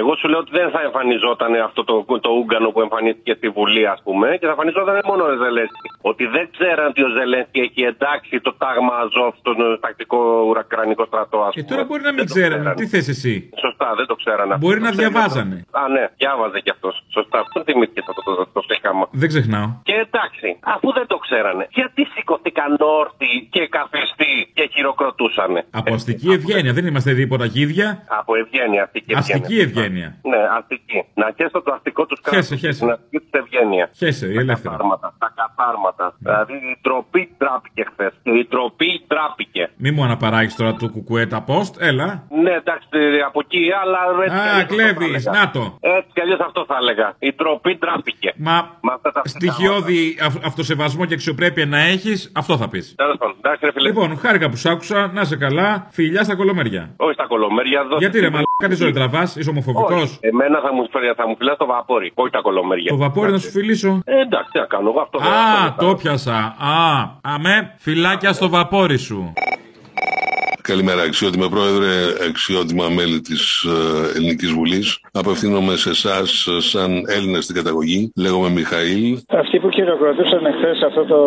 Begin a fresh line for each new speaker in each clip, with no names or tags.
Εγώ σου λέω ότι δεν θα εμφανιζόταν αυτό το, το Ούγκανο που εμφανίστηκε στη Βουλή, ας πούμε, και θα εμφανιζόταν μόνο ο Ζελένσκι. Ότι δεν ξέραν ότι ο Ζελένσκι έχει εντάξει το τάγμα Αζόφ στον ε, τακτικό ουρακρανικό στρατό, ας
Και
πούμε.
τώρα Ε, μπορεί να
Δεν
μην
το
ξέρανε.
ξέραν.
Τι θες εσύ.
Σωστά, δεν το ξέραν αυτό.
Μπορεί
Το
να
ξέρει
διαβάζανε.
αυτό. Α, ναι, διάβαζε κι αυτός. Σωστά, αυτό θυμήθηκε αυτό το, το, το, στίχαμα.
Δεν ξεχνάω.
Και εντάξει, αφού δεν το ξέρανε, γιατί σηκωθήκαν όρθιοι και καφιστοί και χειροκροτούσανε.
Από αστική ευγένεια. Δεν είμαστε τίποτα γίδια.
Από ευγένεια, αστική ευγένεια.
Αστική ευγένεια.
Ναι, αστική. Να χέσω το αστικό του κράτου.
Χέσε, χέσε.
Την αστική τους ευγένεια.
Χέσε,
Τα
ελεύθερα.
καθάρματα. Τα
Ναι.
καθάρματα. Δηλαδή η τροπή τράπηκε χθες. Η τροπή τράπηκε.
Μη μου αναπαράγεις τώρα το κουκουέτα post. Έλα.
Ναι, εντάξει, από εκεί, αλλά. έτσι κι
Α,
αλλιώς
κλέβει.
αυτό θα έλεγα.
Να το.
Έτσι κι αλλιώς αυτό θα έλεγα. Η τροπή τράπηκε.
Μα
Με Ε, αυτά τα
στοιχειώδη αυ- αυτοσεβασμό και αξιοπρέπεια να έχεις, αυτό θα πεις.
Τέλος πάντων, εντάξει, ρε φίλε.
Λοιπόν, χάρηκα που σ' άκουσα. Να σε καλά. Φιλιά στα κολομέρια.
Όχι στα κολομέρια, δώσε.
Γιατί ρε μαλάκα, τι ζωή τραβάς, είσαι ομοφοβικό.
Όχι, Εμένα θα μου, θα μου φυλάς το βαπόρι, όχι τα κολομέρια.
Το βαπόρι να σου φιλήσω.
Ε, εντάξει, τι να κάνω εγώ αυτό.
Α,
αυτό-
το πιασα. Α, αμέ, φυλάκια στο βαπόρι σου.
Καλημέρα, αξιότιμα πρόεδρε, αξιότιμα μέλη της
ε,
Ελληνικής Βουλής. Απευθύνομαι σε εσάς, σαν Έλληνα στην καταγωγή. Λέγομαι Μιχαήλ.
Αυτοί που χειροκροτούσαν εχθές αυτό το,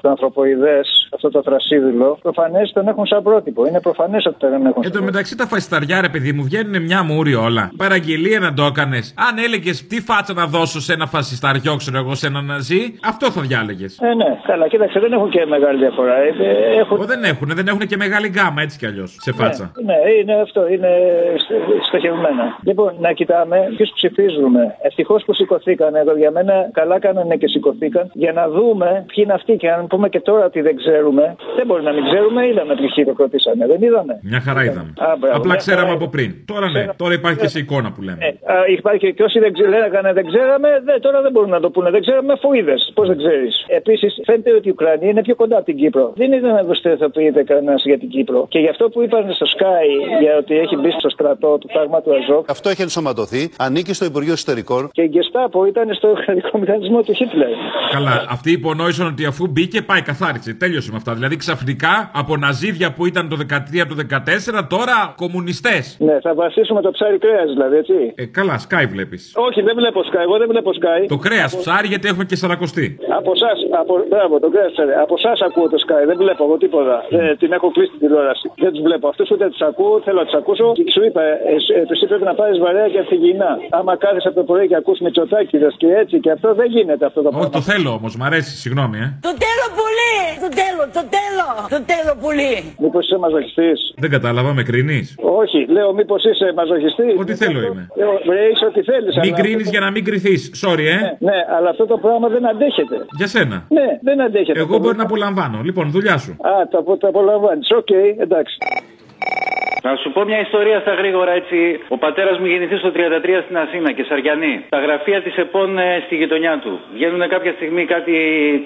το ανθρωποειδές, αυτό το θρασίδουλο, προφανές τον έχουν σαν πρότυπο. Είναι προφανές ότι τον
Εν
έχουν σαν
τω
πρότυπο.
μεταξύ τα φασισταριά, ρε παιδί μου, βγαίνουν μια μούρη όλα. Παραγγελία να το έκανες. Αν έλεγες τι φάτσα να δώσω σε ένα φασισταριό, ξέρω εγώ, σε ένα ναζί, αυτό θα διάλεγες.
Ε, ναι, καλά, κοίταξε, δεν έχουν και μεγάλη διαφορά. Ε, ε, Έχουν...
Ω, δεν έχουν, δεν έχουν και μεγάλη γκάμα έτσι κι αλλιώς. Σε φάτσα.
Ναι, ναι, είναι αυτό, είναι στε- στοχευμένα. Λοιπόν, να κοιτάμε ποιου ψηφίζουμε. Ευτυχώς που σηκωθήκαν εδώ για μένα, καλά κάνανε και σηκωθήκαν για να δούμε ποιοι είναι αυτοί. Και αν πούμε και τώρα ότι δεν ξέρουμε, δεν μπορεί να μην ξέρουμε, είδαμε ποιοι χειροκροτήσανε, δεν είδαμε.
Μια χαρά είδαμε.
Α, μπράβο, ναι.
Απλά
μια
ξέραμε
χαρά
από πριν. Τώρα ναι, τώρα υπάρχει και σε εικόνα που λέμε.
Ε, α, υπάρχει και όσοι δεν ξέρανε, δεν ξέραμε, δε, τώρα δεν μπορούν να το πούνε. Δεν ξέραμε, αφού είδες. Πώς δεν ξέρεις. Επίσης, φαίνεται ότι η Ουκρανία είναι πιο κοντά από την Κύπρο. Δεν είδα να δοστεθοποιείται κανένας για την Κύπρο. Και γι' αυτό που είπαν στο Sky για ότι έχει μπει στο στρατό του τάγμα του Αζόκ
Αυτό έχει ενσωματωθεί, ανήκει στο Υπουργείο Εσωτερικών.
και η Γκεστάπο ήταν στο κρατικό μηχανισμό του Χίτλερ.
Καλά, αυτοί υπονόησαν ότι αφού μπήκε πάει καθάρισε. Τέλειωσε με αυτά. Δηλαδή ξαφνικά από ναζίδια που ήταν το 13 από το 14, τώρα κομμουνιστές.
Ναι, θα βασίσουμε το ψάρι κρέας δηλαδή, έτσι.
Ε, καλά, Sky βλέπεις.
Όχι, δεν βλέπω Sky, εγώ δεν βλέπω Sky.
Το κρέας ψάρι γιατί έχουμε και σαρακοστή.
Από εσάς, από... μπράβο, τον κρέσατε. Από εσάς ακούω το Sky, δεν βλέπω εγώ τίποτα. Δεν- την έχω κλείσει την τηλεόραση. Δεν τους βλέπω. Αυτούς ούτε τους ακούω, θέλω να τους ακούσω. Και σου είπα, ε, ε, του είπε να πάρεις βαρέα και αφηγηνά. Άμα κάθεσαι από το πρωί και ακούς με και έτσι και αυτό, δεν γίνεται αυτό το
Όχι, το
πράγμα.
θέλω όμως, μ' αρέσει, συγγνώμη, ε.
Τον τέλο πουλί! Τον τέλο, τον τέλο! Τον τέλο πουλί!
Μήπως είσαι μαζοχιστής.
Δεν κατάλαβα, με κρίνεις.
Όχι, λέω, μήπως είσαι μαζοχιστής.
Ό,τι θέλω είμαι.
ε, Είσαι ό,τι θέλεις.
Μην κρίνει για να μην κρυθείς. Sorry, ε.
Ναι, αλλά αυτό το πράγμα δεν αντέχεται.
Για σένα.
Ναι, δεν αντέχεται.
Εγώ
Το-
μπορεί να απολαμβάνω. Λοιπόν, δουλειά σου.
Α, τα, απο- τα απολαμβάνεις. Οκ, εντάξει.
Να σου πω μια ιστορία στα γρήγορα έτσι. Ο πατέρας μου γεννηθεί στο 33 στην Αθήνα και Σαριανή. Τα γραφεία της ΕΠΟΝ ε, στη γειτονιά του. Βγαίνουν κάποια στιγμή κάτι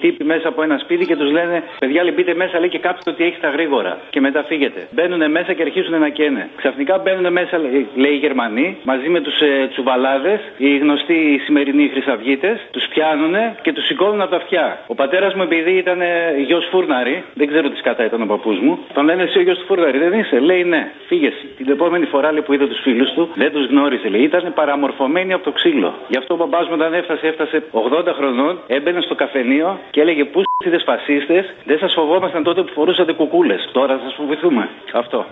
τύποι μέσα από ένα σπίτι και τους λένε Παιδιά, λέει, μπείτε μέσα λέει και κάψτε ότι έχει τα γρήγορα. Και μετά φύγετε. Μπαίνουν μέσα και αρχίζουν να καίνε. Ξαφνικά μπαίνουν μέσα, λέει, λέει οι Γερμανοί, μαζί με τους ε, τσουβαλάδες, οι γνωστοί οι σημερινοί χρυσαυγίτες. Τους πιάνουν και τους σηκώνουν από τα αυτιά. Ο πατέρας μου, επειδή ήταν γιος φούρναρη, δεν ξέρω τι κατά ήταν ο παππούς μου, τον λένε εσύ ο γιος του φούρναρη, δεν είσαι. Λέει ναι, φύγες. Την επόμενη φορά λέει, που είδε τους φίλους του, δεν τους γνώρισε. Λέει, ήταν παραμορφωμένοι από το ξύλο. Γι' αυτό ο μπαμπάς μου όταν έφτασε, έφτασε 80 χρονών, έμπαινε στο καφενείο και έλεγε Πού είδες φασίστες, δεν σας φοβόμασταν τότε που φορούσατε κουκούλες. Τώρα θα σας φοβηθούμε. Αυτό.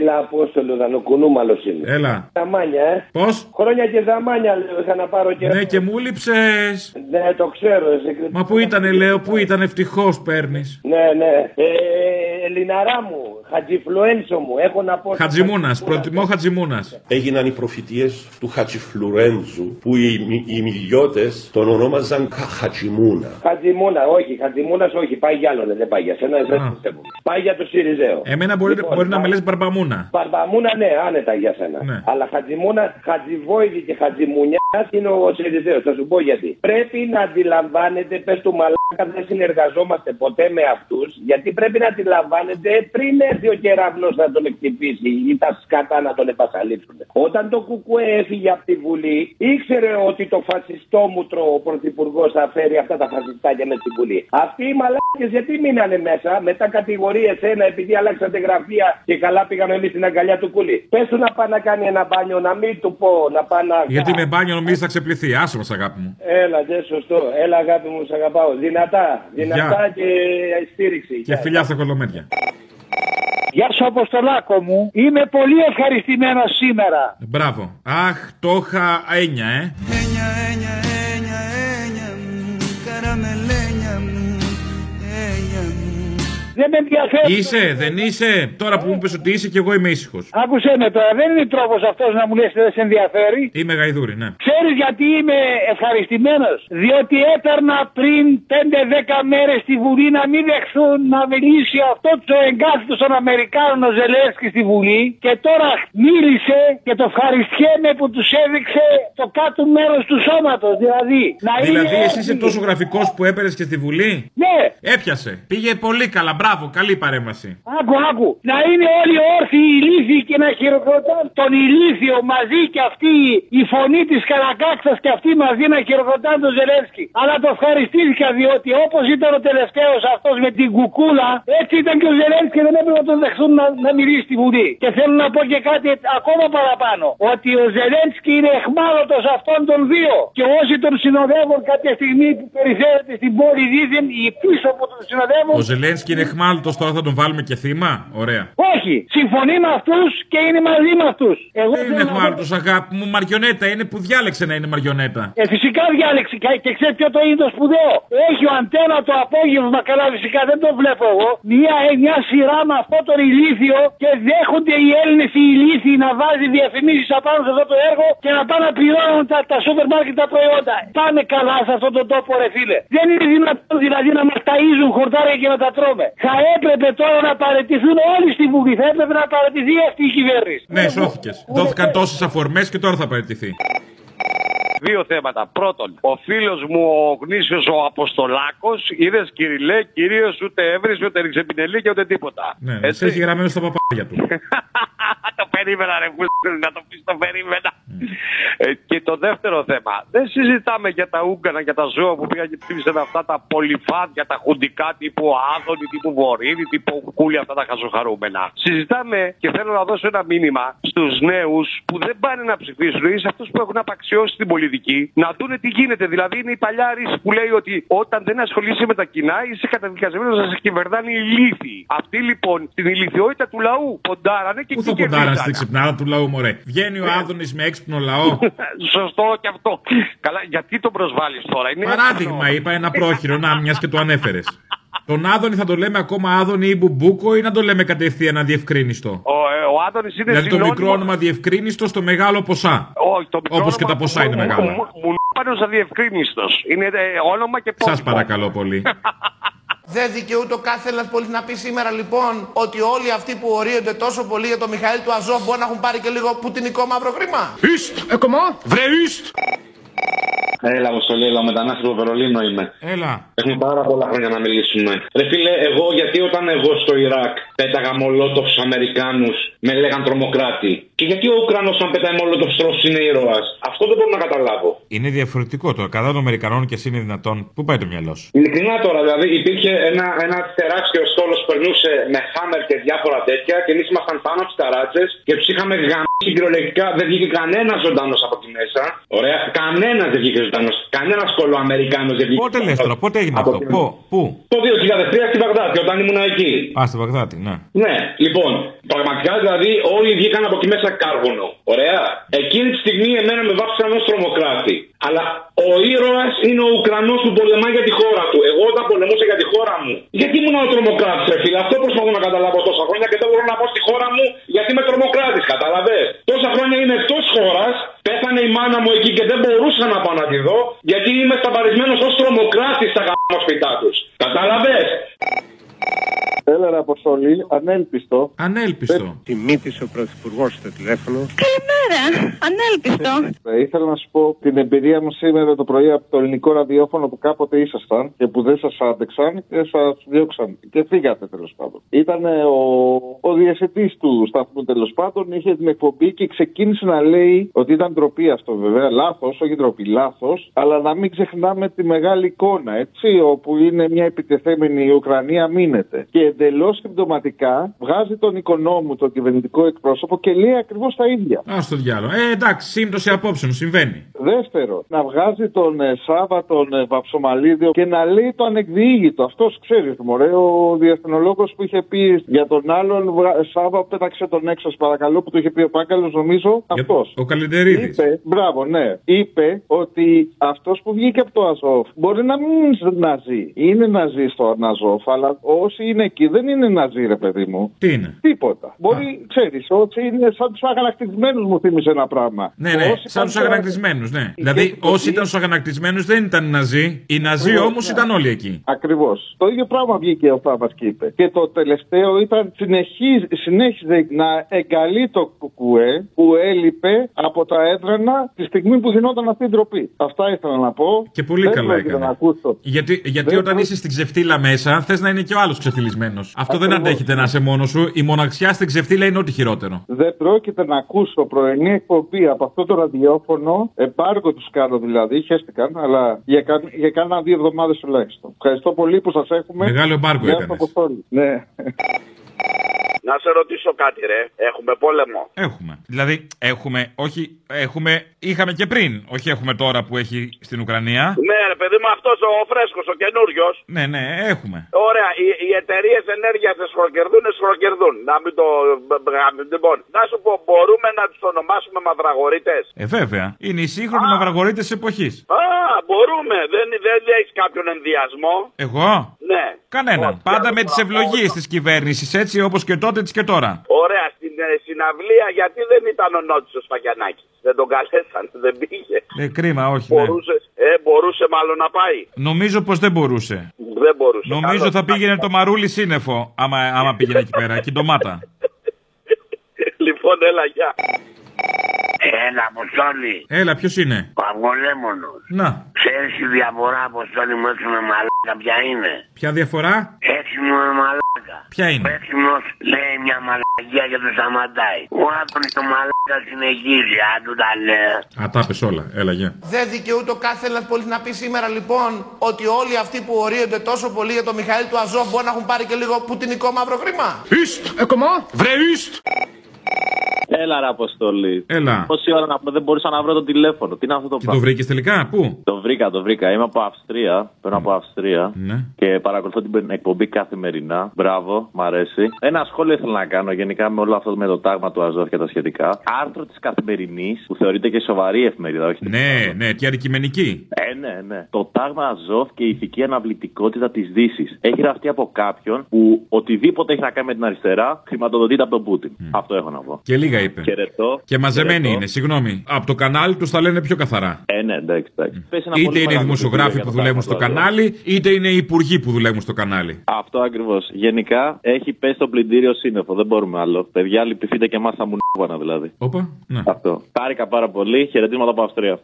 Έλα, Απόστολο, δανοκουνούμαλο είναι.
Έλα.
Δαμάνια, ε.
Πώς.
Χρόνια και δαμάνια λέω, είχα να πάρω και.
Ναι, και μου λείψες.
Ναι, το ξέρω, εσύ.
Μα πού ήτανε, λέω, πού ήταν, ευτυχώς παίρνεις.
Ναι, ναι. Ε, Ελληναρά μου, χατζιφλουένσο μου, έχω να πω.
Χατζημούνα, προτιμώ Χατζημούνας.
έγιναν οι προφητείες του Χατζιφλουρέντζου που οι, οι, οι μιλιώτες τον ονόμαζαν Χα- Χατζιμούνα.
Χατζιμούνα, όχι, Χατζιμούνας, όχι. Πάει για άλλον, δεν πάει για σένα, δεν πιστεύουμε. Πάει για το Σιριζέο.
Εμένα μπορεί,
Λοιπόν,
μπορεί να
πα-
με λες μπαρμπαμούνα.
Μπαρμπαμούνα, ναι, άνετα για σένα.
Ναι.
Αλλά Χατζημούνα, Χατζιβόηδη και Χατζημουνιά είναι ο Σιριζέος. Θα σου πω γιατί. Πρέπει να αντιλαμβάνετε, πες του μαλάκα, δεν συνεργαζόμαστε ποτέ με αυτούς, γιατί πρέπει να αντιλαμβάνετε πριν έρθει ο κεραυνό να τον εκτυπήσει ή τα σκάτα να τον επασαλείψουν. Όταν το Κουκουέ έφυγε από τη Βουλή, ήξερε ότι το φασιστόμουτρο ο Πρωθυπουργός θα φέρει αυτά τα φασιστάκια με στη Βουλή. Αυτοί οι μαλάκες γιατί μείνανε μέσα, μετά κατηγορίες ένα επειδή αλλάξατε γραφεία και καλά πήγαμε εμείς στην αγκαλιά του κουλή. Πες του να πάει να κάνει ένα μπάνιο, να μην του πω να πάει να.
Γιατί με μπάνιο νομίζεις θα ξεπληθεί. Άσε μας αγάπη μου.
Έλα, ναι, σωστό. Έλα, αγάπη μου, σε αγαπάω. Δυνατά, δυνατά
Γεια.
και στήριξη.
Και φιλιά στα κολομέρια.
Γεια σου Αποστολάκο μου. Είμαι πολύ ευχαριστημένος σήμερα.
Μπράβο. Αχ, το είχα έννοια, ε.
Δεν με ενδιαφέρει.
Είσαι, δεν είσαι. Τώρα που μου είπες ότι είσαι και εγώ είμαι ήσυχος.
Άκουσέ με τώρα, δεν είναι τρόπος αυτός να μου λες ότι δεν σε ενδιαφέρει.
Είμαι γαϊδούρη, ναι.
Ξέρεις γιατί είμαι ευχαριστημένος. Διότι έπαιρνα πριν 5-10 μέρες στη Βουλή να μην δεχθούν να μιλήσει αυτός το εγκάθιτο των Αμερικάνων ο Ζελέσκι στη Βουλή και τώρα μίλησε και το ευχαριστιέμαι που τους έδειξε το κάτω μέρος του σώματος. Δηλαδή, να
Δηλαδή,
είναι
εσύ είσαι
έτοιμοι.
τόσο γραφικός που έπαιρες και στη Βουλή.
Ναι.
Έπιασε. Πήγε πολύ καλά. Μπράβο, καλή παρέμβαση.
Άκου, άκου. Να είναι όλοι όρθιοι ηλίθιοι και να χειροκροτάνε τον ηλίθιο μαζί και αυτή η φωνή της Καρακάξα και αυτή μαζί να χειροκροτάνε τον Ζελένσκι. Αλλά το ευχαριστήθηκα διότι όπως ήταν ο τελευταίος αυτός με την κουκούλα, έτσι ήταν και ο Ζελένσκι δεν έπρεπε να τον δεχθούν να, να μιλήσει στη Βουλή. Και θέλω να πω και κάτι ακόμα παραπάνω. Ότι ο Ζελένσκι είναι εχμάλωτος αυτών των δύο. Και όσοι τον συνοδεύουν κάποια στιγμή που περιφέρεται στην πόλη δίθεν, οι πίσω που τον συνοδεύουν.
Ο Ζελένσκι είναι εχμάλωτο, τώρα θα τον βάλουμε και θύμα. Ωραία.
Όχι! Συμφωνεί με αυτούς και είναι μαζί με αυτούς. Εγώ
Δεν είναι εχμάλωτο, αγάπη μου. Μαριονέτα είναι που διάλεξε να είναι μαριονέτα.
Ε, φυσικά διάλεξε και, και ξέρεις ποιο το είναι το σπουδαίο. Έχει ο αντένα το απόγευμα, καλά φυσικά δεν το βλέπω εγώ. Μια, ε, μια σειρά με αυτό τον ηλίθιο και δέχονται οι Έλληνες οι ηλίθιοι να βάζει διαφημίσεις απάνω σε αυτό το έργο και να πάνε να πληρώνουν τα, τα σούπερ μάρκετ τα προϊόντα. Πάνε καλά σε αυτόν τον τόπο, ρε φίλε. Δεν είναι δυνατόν δηλαδή να μας ταΐζουν χορτάρια και να τα τρώμε. Θα έπρεπε τώρα να παραιτηθούν όλοι στη Βουλή. Θα έπρεπε να παραιτηθεί αυτή η κυβέρνηση.
Ε,
Ναι, σώθηκες. Δόθηκαν τόσες αφορμές και τώρα θα παραιτηθεί.
Δύο θέματα. Πρώτον, ο φίλος μου ο γνήσιος ο Αποστολάκος, είδες κυριλέ, κυρίως ούτε έβρισε, ούτε ρίξε πινελή και ούτε τίποτα.
Ναι, ναι, σε έχει γραμμένο στα παπάρια του.
το περίμενα, ρε Βούστρε, να το πεις, το περίμενα. Ε, και το δεύτερο θέμα, δεν συζητάμε για τα Ούγκανα και τα ζώα που πήγαν και ψήφισαν αυτά τα πολυφάδια, τα χουντικά τύπου Άδωνη, τύπου Βορύδη, τύπου Κούλη, αυτά τα χαζοχαρούμενα. Συζητάμε και θέλω να δώσω ένα μήνυμα στους νέους που δεν πάνε να ψηφίσουν ή σε αυτούς που έχουν απαξιώσει την πολιτική να δούνε τι γίνεται. Δηλαδή είναι η παλιά ρίση που λέει ότι όταν δεν ασχολείσαι με τα κοινά είσαι καταδικασμένος να σε κυβερνάνε οι ηλίθιοι. Αυτοί λοιπόν την ηλικιότητα του λαού ποντάρανε και
Πού θα
εκεί
κοντάραν
κερδίσανε.
στην ξυπνάδα του λαού, μωρέ. Βγαίνει ο Άδωνης με έξυπνο λαό.
Σωστό και αυτό. Καλά, γιατί τον προσβάλλεις τώρα, είναι ναι.
Παράδειγμα, είπα ένα πρόχειρο, να μιας και το ανέφερες. Τον Άδωνη θα το λέμε ακόμα Άδωνη ή Μπουμπούκο ή να το λέμε κατευθείαν αδιευκρίνιστο.
Ο, ε, ο Άδωνης είναι
δηλαδή το
συνώνυμο-
μικρό όνομα διευκρίνιστο στο μεγάλο ποσά.
Όχι, το μικρό
Όπως και τα ποσά είναι μεγάλα.
Μου πάνω αδιευκρίνιστος. Είναι ε, όνομα και
Σας παρακαλώ πολύ.
Δεν δικαιούται ο κάθε Έλληνα πολίτης να πει σήμερα λοιπόν ότι όλοι αυτοί που ορίονται τόσο πολύ για τον Μιχαήλ του Αζόφ μπορεί να έχουν πάρει και λίγο πουτινικό μαύρο χρήμα.
Üst! Ε, κομμά! Βρε, üst!
Έλα, Αποστολή, έλα, ο μετανάστη από Βερολίνο είμαι.
Έλα.
Έχουμε πάρα πολλά χρόνια να μιλήσουμε. Ρε φίλε, εγώ γιατί όταν εγώ στο Ιράκ πέταγα μολότοφ στου Αμερικάνους με λέγαν τρομοκράτη. Και γιατί ο Ουκρανός, αν πέταει μολότοφ στου Ρώσου, είναι ήρωας. Αυτό δεν μπορώ να καταλάβω.
Είναι διαφορετικό το κατά των Αμερικανών και εσύ είναι δυνατόν. Πού πάει το μυαλό σου.
Ειλικρινά τώρα, δηλαδή υπήρχε ένα, ένα τεράστιο στόλος που περνούσε με χάμερ και διάφορα τέτοια και εμείς ήμασταν πάνω από τις ταράτσες και του είχαμε γαμίσει κυριολεκτικά. Δεν βγήκε κανένας ζωντανός από εκεί μέσα. Ωραία, κανένας δεν βγήκε ζωντανός. Κανένας κολλό Αμερικάνο δεν βγήκε. Πότε λες τώρα,
πότε έγινε
αυτό,
πού.
Το 2003 στη Βαγδάτη, όταν ήμουν εκεί.
Α, στη Βαγδάτη, ναι.
Ναι, λοιπόν, πραγματικά δηλαδή όλοι βγήκαν από εκεί μέσα κάρβουνο. Ωραία. Εκείνη τη στιγμή εμένα με βάψαν ω τρομοκράτη. Αλλά ο ήρωας είναι ο Ουκρανός που πολεμά για τη χώρα του. Εγώ όταν πολεμούσα για τη χώρα μου, γιατί ήμουν ο τρομοκράτης, ρε φίλε. Αυτό προσπαθώ να καταλάβω τόσα χρόνια και δεν μπορώ να πω στη χώρα μου γιατί είμαι τρομοκράτης, καταλαβέ. Τόσα χρόνια είμαι εκτός χώρας, πέθανε η μάνα μου εκεί και δεν μπορούσα να πάω να τη δω, γιατί είμαι σταμπαρισμένος ως τρομοκράτης στα γαμμένα σπιτά τους. Καταλαβέ.
Έλα, ρε,
αποστολή, ανέλπιστο.
Ανέλπιστο.
Τιμήθησε ο Πρωθυπουργός στο τηλέφωνο.
Καλημέρα, ανέλπιστο.
Ε, ήθελα να σου πω την εμπειρία μου σήμερα το πρωί από το ελληνικό ραδιόφωνο που κάποτε ήσασταν και που δεν σας άντεξαν και σας διώξαν. Και φύγατε τέλος πάντων. Ήταν ο, ο διευθυντή του σταθμού τέλος πάντων, είχε την εκπομπή και ξεκίνησε να λέει ότι ήταν ντροπή αυτό βέβαια. Λάθος, όχι ντροπή, λάθος. Αλλά να μην ξεχνάμε τη μεγάλη εικόνα, έτσι, όπου είναι μια επιτεθέμενη η Ουκρανία μείνεται. Και εντελώς συμπτωματικά βγάζει τον οικονόμου, τον κυβερνητικό εκπρόσωπο και λέει ακριβώς τα ίδια.
Ας το διάλογο. Ε, εντάξει, σύμπτωση απόψεων, συμβαίνει.
Δεύτερο, να βγάζει τον ε, Σάβα τον ε, Βαψομαλίδιο και να λέει το ανεκδιήγητο. Αυτός ξέρει, μωρέ, ο διεθνολόγος που είχε πει για τον άλλον βγα- Σάβα, πέταξε τον έξω, σας παρακαλώ, που το είχε πει ο Πάγκαλος, νομίζω αυτός.
Ο Καλεντερίδη.
Είπε, μπράβο, ναι. Είπε ότι αυτός που βγήκε από το Αζόφ μπορεί να μην είναι ναζί. Είναι ναζί στο Αζόφ, αλλά όσοι είναι εκεί δεν είναι ναζί, ρε παιδί μου.
Τι είναι.
Τίποτα. Μπορεί, ξέρει, ότι είναι σαν τους αγανακτισμένους μου θύμισε ένα πράγμα.
Ναι, ναι,
Όσοι
σαν
πάνε
τους
τώρα-
αγανακτισμένους, ναι. Δηλαδή,
εκπομπή-
όσοι ήταν στους αγανακτισμένους δεν ήταν Ναζί. Οι Ναζί
Ακριβώς,
όμως
ναι.
ήταν όλοι εκεί.
Ακριβώς. Το ίδιο πράγμα βγήκε ο Θάβας και είπε. Και το τελευταίο ήταν συνεχίζει, συνέχιζε να εγκαλεί το κουκουέ που έλειπε από τα έδρανα τη στιγμή που γινόταν αυτή η ντροπή. Αυτά ήθελα να πω.
Και πολύ
Δεν
καλά
πρόκειται
έκανε.
να ακούσω.
Γιατί, γιατί
Δεν
όταν
μπορεί-
είσαι στην ξεφτύλα μέσα, θες να είναι και ο άλλος ξεφτυλισμένο. Αυτό δεν
Ακριβώς.
αντέχεται να είσαι μόνος σου. Η μοναξιά στην ξεφτύλα είναι ό,τι χειρότερο.
Δεν πρόκειται να ακούσω πρωινή εκπομπή από αυτό το ραδιόφωνο. Εμπάργο τους κάνω δηλαδή, χαίστηκαν, αλλά για, κα... για κάνα δύο εβδομάδες τουλάχιστον. Ευχαριστώ πολύ που σας έχουμε.
Μεγάλο εμπάργο
Γεια σου,
έκανες.
Αποστόλη. Ναι.
Να σε ρωτήσω κάτι, ρε. Έχουμε πόλεμο.
Έχουμε. Δηλαδή, έχουμε, όχι, έχουμε, είχαμε και πριν. Όχι έχουμε τώρα που έχει στην Ουκρανία.
Ναι, ρε παιδί μου, αυτός ο φρέσκος, ο καινούριος.
Ναι, ναι, έχουμε.
Ωραία, οι, οι εταιρείες ενέργειας σχροκερδούν, ε, σχροκερδούν. Να μην το. να μην- Λοιπόν, να σου πω, μπορούμε να τους ονομάσουμε μαυραγωρίτε.
Ε, βέβαια. Είναι οι σύγχρονοι μαυραγωρίτε εποχής.
Α, μπορούμε. Δεν, δεν έχεις κάποιον ενδιασμό.
Εγώ.
Ναι.
Κανέναν. Πάντα με τις ευλογίε της κυβέρνησης, έτσι όπως και τότε, έτσι και τώρα.
Ωραία, στην ε, συναυλία γιατί δεν ήταν ο Νότης ο Σφαγιανάκης. Δεν τον καλέσαν, δεν πήγε.
Ε, κρίμα, όχι. Ναι.
Μπορούσε, ε, μπορούσε μάλλον να πάει.
Νομίζω πως δεν μπορούσε.
Δεν μπορούσε.
Νομίζω
Καλώς.
θα πήγαινε το μαρούλι σύννεφο, άμα, άμα πήγαινε εκεί πέρα. Και η ντομάτα.
Λοιπόν, έλα, γεια.
Έλα, Αποστόλη.
Έλα, ποιος είναι.
Ο Αυγολέμονος.
Να,
Ξέρεις τη διαφορά, Αποστόλη μου, έξω με μαλάκα ποια είναι.
ποια διαφορά.
Έξω με μαλάκα.
Ποια είναι.
Ο έξιμος λέει μια μαλακία και το σταματάει. Ο Άδωνης το μαλάκα συνεχίζει, αν του τα λέω.
Α, τα είπες όλα. Έλα, γεια.
Δεν δικαιούται ο κάθε Έλληνα πολίτη να πει σήμερα λοιπόν ότι όλοι αυτοί που ορίονται τόσο πολύ για το Μιχαήλ του Αζόφ μπορεί να έχουν πάρει και λίγο πουτινικό μαύρο χρήμα.
Üst! Äh, comment? Vrai Üst!
Έλα, ρε Αποστολή.
Έλα.
Πόση ώρα να... δεν μπορούσα να βρω το τηλέφωνο. Τι είναι αυτό το
Και το
πράγμα.
βρήκες τελικά, πού.
Το βρήκα, το βρήκα. Είμαι από Αυστρία. Παίρνω από Αυστρία.
Ναι.
Και παρακολουθώ την εκπομπή καθημερινά. Μπράβο, μ' αρέσει. Ένα σχόλιο ήθελα να κάνω γενικά με όλο αυτό με το τάγμα του Αζόφ και τα σχετικά. Άρθρο της καθημερινής, που θεωρείται και σοβαρή εφημερίδα, όχι
Ναι, ναι, και αντικειμενική.
Ε, ναι, ναι. Το τάγμα Αζόφ και η ηθική αναβλητικότητα της Δύσης. Έχει γραφτεί από κάποιον που οτιδήποτε έχει να κάνει με την αριστερά χρηματοδοτείται από τον Πούτιν. Αυτό έχω να πω.
Και λίγα είπε.
Χαιρετώ.
Και μαζεμένη
Χαιρετώ.
είναι, συγγνώμη. Από το κανάλι τους τα λένε πιο καθαρά.
Ε, ναι, εντάξει, εντάξει. Πες ένα πολύ
Είτε είναι
μεγάλο
δημοσιογράφοι
βιβλίο
που
για το
δουλεύουν στο
Τάγμα του Αζόφ.
κανάλι, είτε είναι υπουργοί που δουλεύουν στο κανάλι.
Αυτό ακριβώς. Γενικά έχει πέσει στο πλυντήριο σύννεφο. Δεν μπορούμε άλλο. Παιδιά, λυπηθείτε και εμάς θα μου νύχουανα δηλαδή.
Όπα. Ναι.
Αυτό. Χάρηκα πάρα πολύ. Χαιρετίσματα από Αυστρία.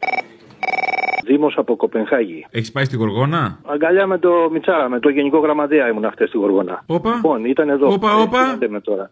Δήμος από Κοπενχάγη.
Έχεις πάει στη Γοργόνα.
Αγκαλιά με το Μιτσάρα, με το Γενικό Γραμματέα ήμουν χθες στη Γοργόνα.
Όπα.
Λοιπόν, ήταν εδώ.
Όπα, όπα.
Ε, τι να λέμε τώρα.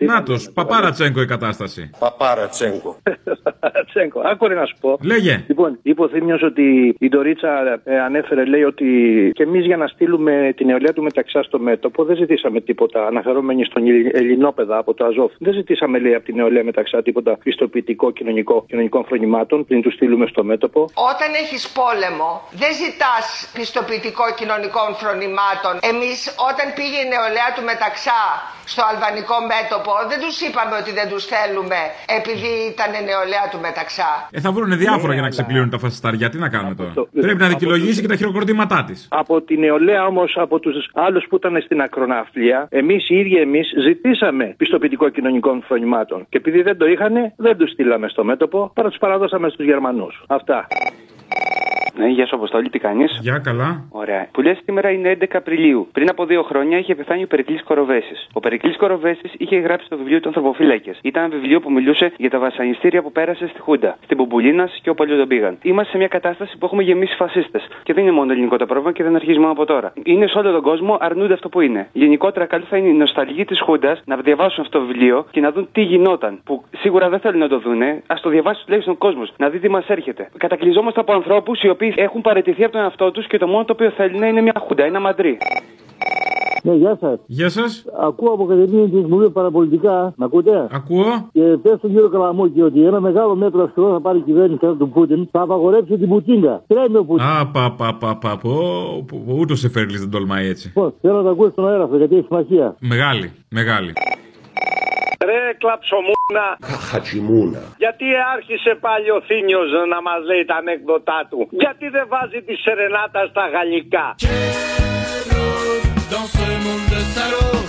Νάτο, παπάρατσέγκο η κατάσταση.
Παπαρατσέγκο. Τσέγκο, άκουρε να σου πω.
Λέγε.
Λοιπόν, είπε ο Θήμιος ότι η Ντορίτσα ε, ανέφερε, λέει ότι και εμείς για να στείλουμε την νεολαία του μεταξά στο μέτωπο δεν ζητήσαμε τίποτα. Αναφερόμενοι στον Ελλη- Ελληνόπαιδα από το Αζόφ, δεν ζητήσαμε, λέει, από την νεολαία μεταξά τίποτα πιστοποιητικό κοινωνικό, κοινωνικών φρονημάτων πριν τους στείλουμε στο μέτωπο.
Όταν έχεις πόλεμο, δεν ζητάς πιστοποιητικό κοινωνικών φρονημάτων. Εμείς όταν πήγε η νεολαία του Μεταξά στο αλβανικό μέτωπο, δεν τους είπαμε ότι δεν τους θέλουμε επειδή ήταν η νεολαία του Μεταξά.
Ε, θα βρουν διάφορα
Ναι,
για να ξεπλύνουν τα φασισταριά. Τι να κάνουμε τώρα. Πρέπει να δικαιολογήσει και τα χειροκροτήματά της.
Από την νεολαία όμως, από τους άλλους που ήταν στην ακροναύλια, εμείς οι ίδιοι εμείς ζητήσαμε πιστοποιητικό κοινωνικών φρονημάτων. Και επειδή δεν το είχαν, δεν τους στείλαμε στο μέτωπο, παρά τους παραδώσαμε στους Γερμανούς. Αυτά.
Ναι, γεια σου, Αποστόλη, τι κάνεις.
Γεια, καλά.
Ωραία. Που λες σήμερα είναι 11 Απριλίου. Πριν από δύο χρόνια είχε πεθάνει ο Περικλής Κοροβέσης. Ο Περικλής Κοροβέσης είχε γράψει το βιβλίο του Ανθρωποφύλακες. Ήταν ένα βιβλίο που μιλούσε για τα βασανιστήρια που πέρασε στη Χούντα, στην Πομπουλίνα και ο Παλιού τον πήγαν. Είμαστε σε μια κατάσταση που έχουμε γεμίσει φασίστες. Και δεν είναι μόνο ελληνικό το πρόβλημα και δεν αρχίζει μόνο από τώρα. Είναι σε όλο τον κόσμο, αρνούνται αυτό που είναι. Γενικότερα, καλό θα είναι οι νοσταλγοί της Χούντας να διαβάσουν αυτό το βιβλίο και να δουν τι γινόταν. Που σίγουρα δεν θέλουν να το δούνε. Ας το διαβάσει τουλάχιστον ο κόσμος, να δει τι μας έρχεται. Κατακλυζόμαστε από ανθρώπους οι οποίοι έχουν παραιτηθεί από τον εαυτό τους και το μόνο το οποίο θέλουν είναι μια Χούντα, ένα μαντρί.
Ναι, γεια σας.
Γεια σας.
Ακούω από Ακαδημία τη Βουλή Παραπολιτικά. Μ' ακούτε?
Ακούω.
Και πε στον κύριο Καλαμούκη ότι ένα μεγάλο μέτρο αυστηρό θα πάρει η κυβέρνηση κατά του Πούτιν θα απαγορέψει την Πουτίνκα. Τρέμει ο Πούτιν.
Α, πα, πα, πα, πα, πω, πω, πω, Ούτε ο Σεφέρλη δεν τολμάει έτσι.
Λοιπόν, θέλω να το ακούσει στον αέρα αυτό γιατί έχει σημασία.
Μεγάλη, μεγάλη.
Ρε κλαψομούνα.
Χατσιμούνα.
Γιατί άρχισε πάλι ο Θήνιος να μας λέει τα ανέκδοτά του. Γιατί δεν βάζει τη σερενάτα στα γαλλικά.
dans ce monde de salauds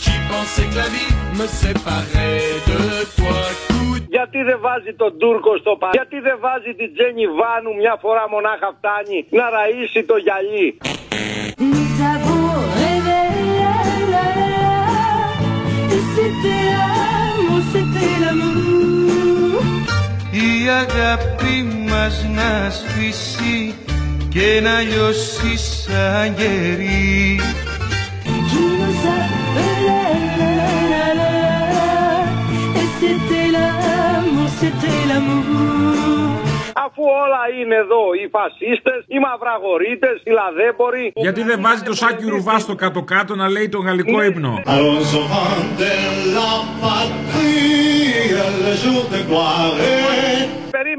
Qui pensait que la vie me séparait de toi
Γιατί δεν βάζει τον Τούρκο στο παρελθόν, Γιατί δεν βάζει την Τζένι Βάνου μια φορά μονάχα φτάνει να ραΐσει το γυαλί.
Η αγάπη μας να σβήσει και να λιώσει σαν γερί.
Αφού όλα είναι εδώ, οι φασίστες, οι μαυραγωρίτε, οι λαδέμποροι.
Γιατί δεν βάζει το σάκι ρουβά στο κάτω-κάτω να λέει τον γαλλικό ύπνο.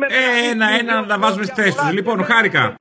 Ε, ένα-ένα να τα βάζουμε στη θέση του. Λοιπόν, χάρηκα.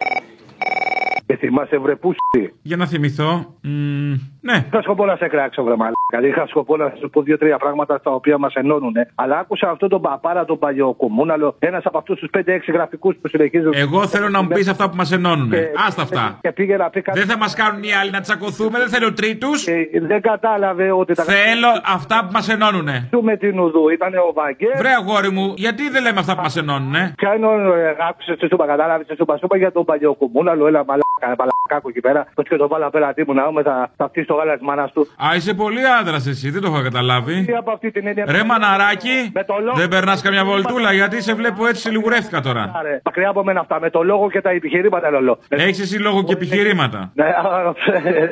Και θυμάσαι βρε πούστη.
Για να θυμηθώ. μ, Ναι.
Είχα σκοπό να σε κράξω, βρε μαλάκα. Δεν είχα σκοπό να σου πω δύο-τρία πράγματα στα οποία μας ενώνουν. Αλλά άκουσα αυτόν τον παπάρα τον παλιοκομμούναλο, ένας από αυτούς τους 5-6 γραφικούς που συνεχίζουν.
Εγώ θέλω να μου πεις αυτά που μας ενώνουν.
Ε,
Άστα αυτά.
Και πήγε να πει κάτι.
Δεν θα μας κάνουν οι άλλοι να τσακωθούμε, δεν θέλω τρίτους.
Ε, δεν κατάλαβε ότι τα
Θέλω αυτά που μας ενώνουν.
του με την Ουδού. Ήταν ο Βαγκέ.
Βρε, αγόρι μου, γιατί δεν λέμε αυτά που μας ενώνουν, ε?
Κάνω, ε, άκουσε τι σου είπα, κατάλαβε τι σου είπα. Σου είπα για τον παλιοκομμούναλο, έλα μαλάκα, μαλακάκο εκεί πέρα. Πώ και τον βάλα απέναντί μου να δούμε θα, θα φτύσει το γάλα της μάνας του.
Α, είσαι πολύ άντρας εσύ, δεν το είχα καταλάβει.
Τι από αυτή την έννοια.
Ρε μαναράκι,
Με το λόγο.
δεν περνάς καμιά βολτούλα γιατί σε βλέπω έτσι λιγουρεύτηκα τώρα.
Άρε, Μακριά από μένα αυτά, με το λόγο και τα επιχειρήματα λολό.
Έχεις εσύ λόγο και επιχειρήματα.
Ναι, α,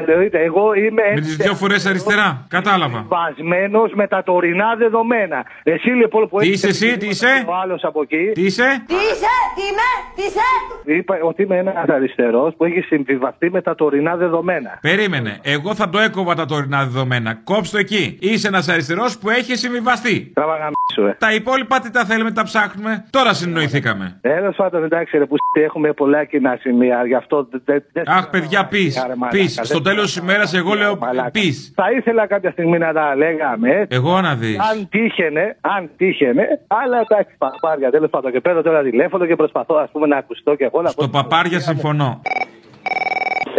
εννοείται, εγώ είμαι
Με τις δύο φορές αριστερά, κατάλαβα.
βασμένος με τα τωρινά δεδομένα. Εσύ λοιπόν που
Τι
έχεις
είσαι εσύ, τι είσαι,
Ο άλλος από εκεί.
τι είσαι.
Τι είσαι, τι είμαι, τι είσαι.
Είπα ότι είμαι ένας αριστερός που έχει συμβιβαστεί με τα τωρινά δεδομένα.
Περίμενε, εγώ θα το έκοβα τα τωρινά δεδομένα. Κόψτε εκεί. Είσαι ένας αριστερός που έχει συμβιβαστεί.
Τραβαγαμίσου, ε.
Τα υπόλοιπα τι τα θέλουμε, τα ψάχνουμε. Τώρα συνεννοηθήκαμε.
Τέλο πάντων, εντάξει, ρε, που σ- έχουμε πολλά κοινά σημεία, γι' αυτό δεν. δεν- δεν-
Αχ, παιδιά, πεις.
Άρα, μαλάκα,
Πεις.
δεν-
Στο τέλος της ημέρα, εγώ λέω πεις.
Θα ήθελα κάποια στιγμή να τα λέγαμε. έτσι.
Εγώ να δεις.
Αν τύχαινε, αν τύχαινε, αλλά εντάξει, παπάρια τέλος πάντων. Και παίρνω τώρα τηλέφωνο και προσπαθώ ας πούμε, να ακουστώ και εγώ να
Το παπάρια συμφωνώ.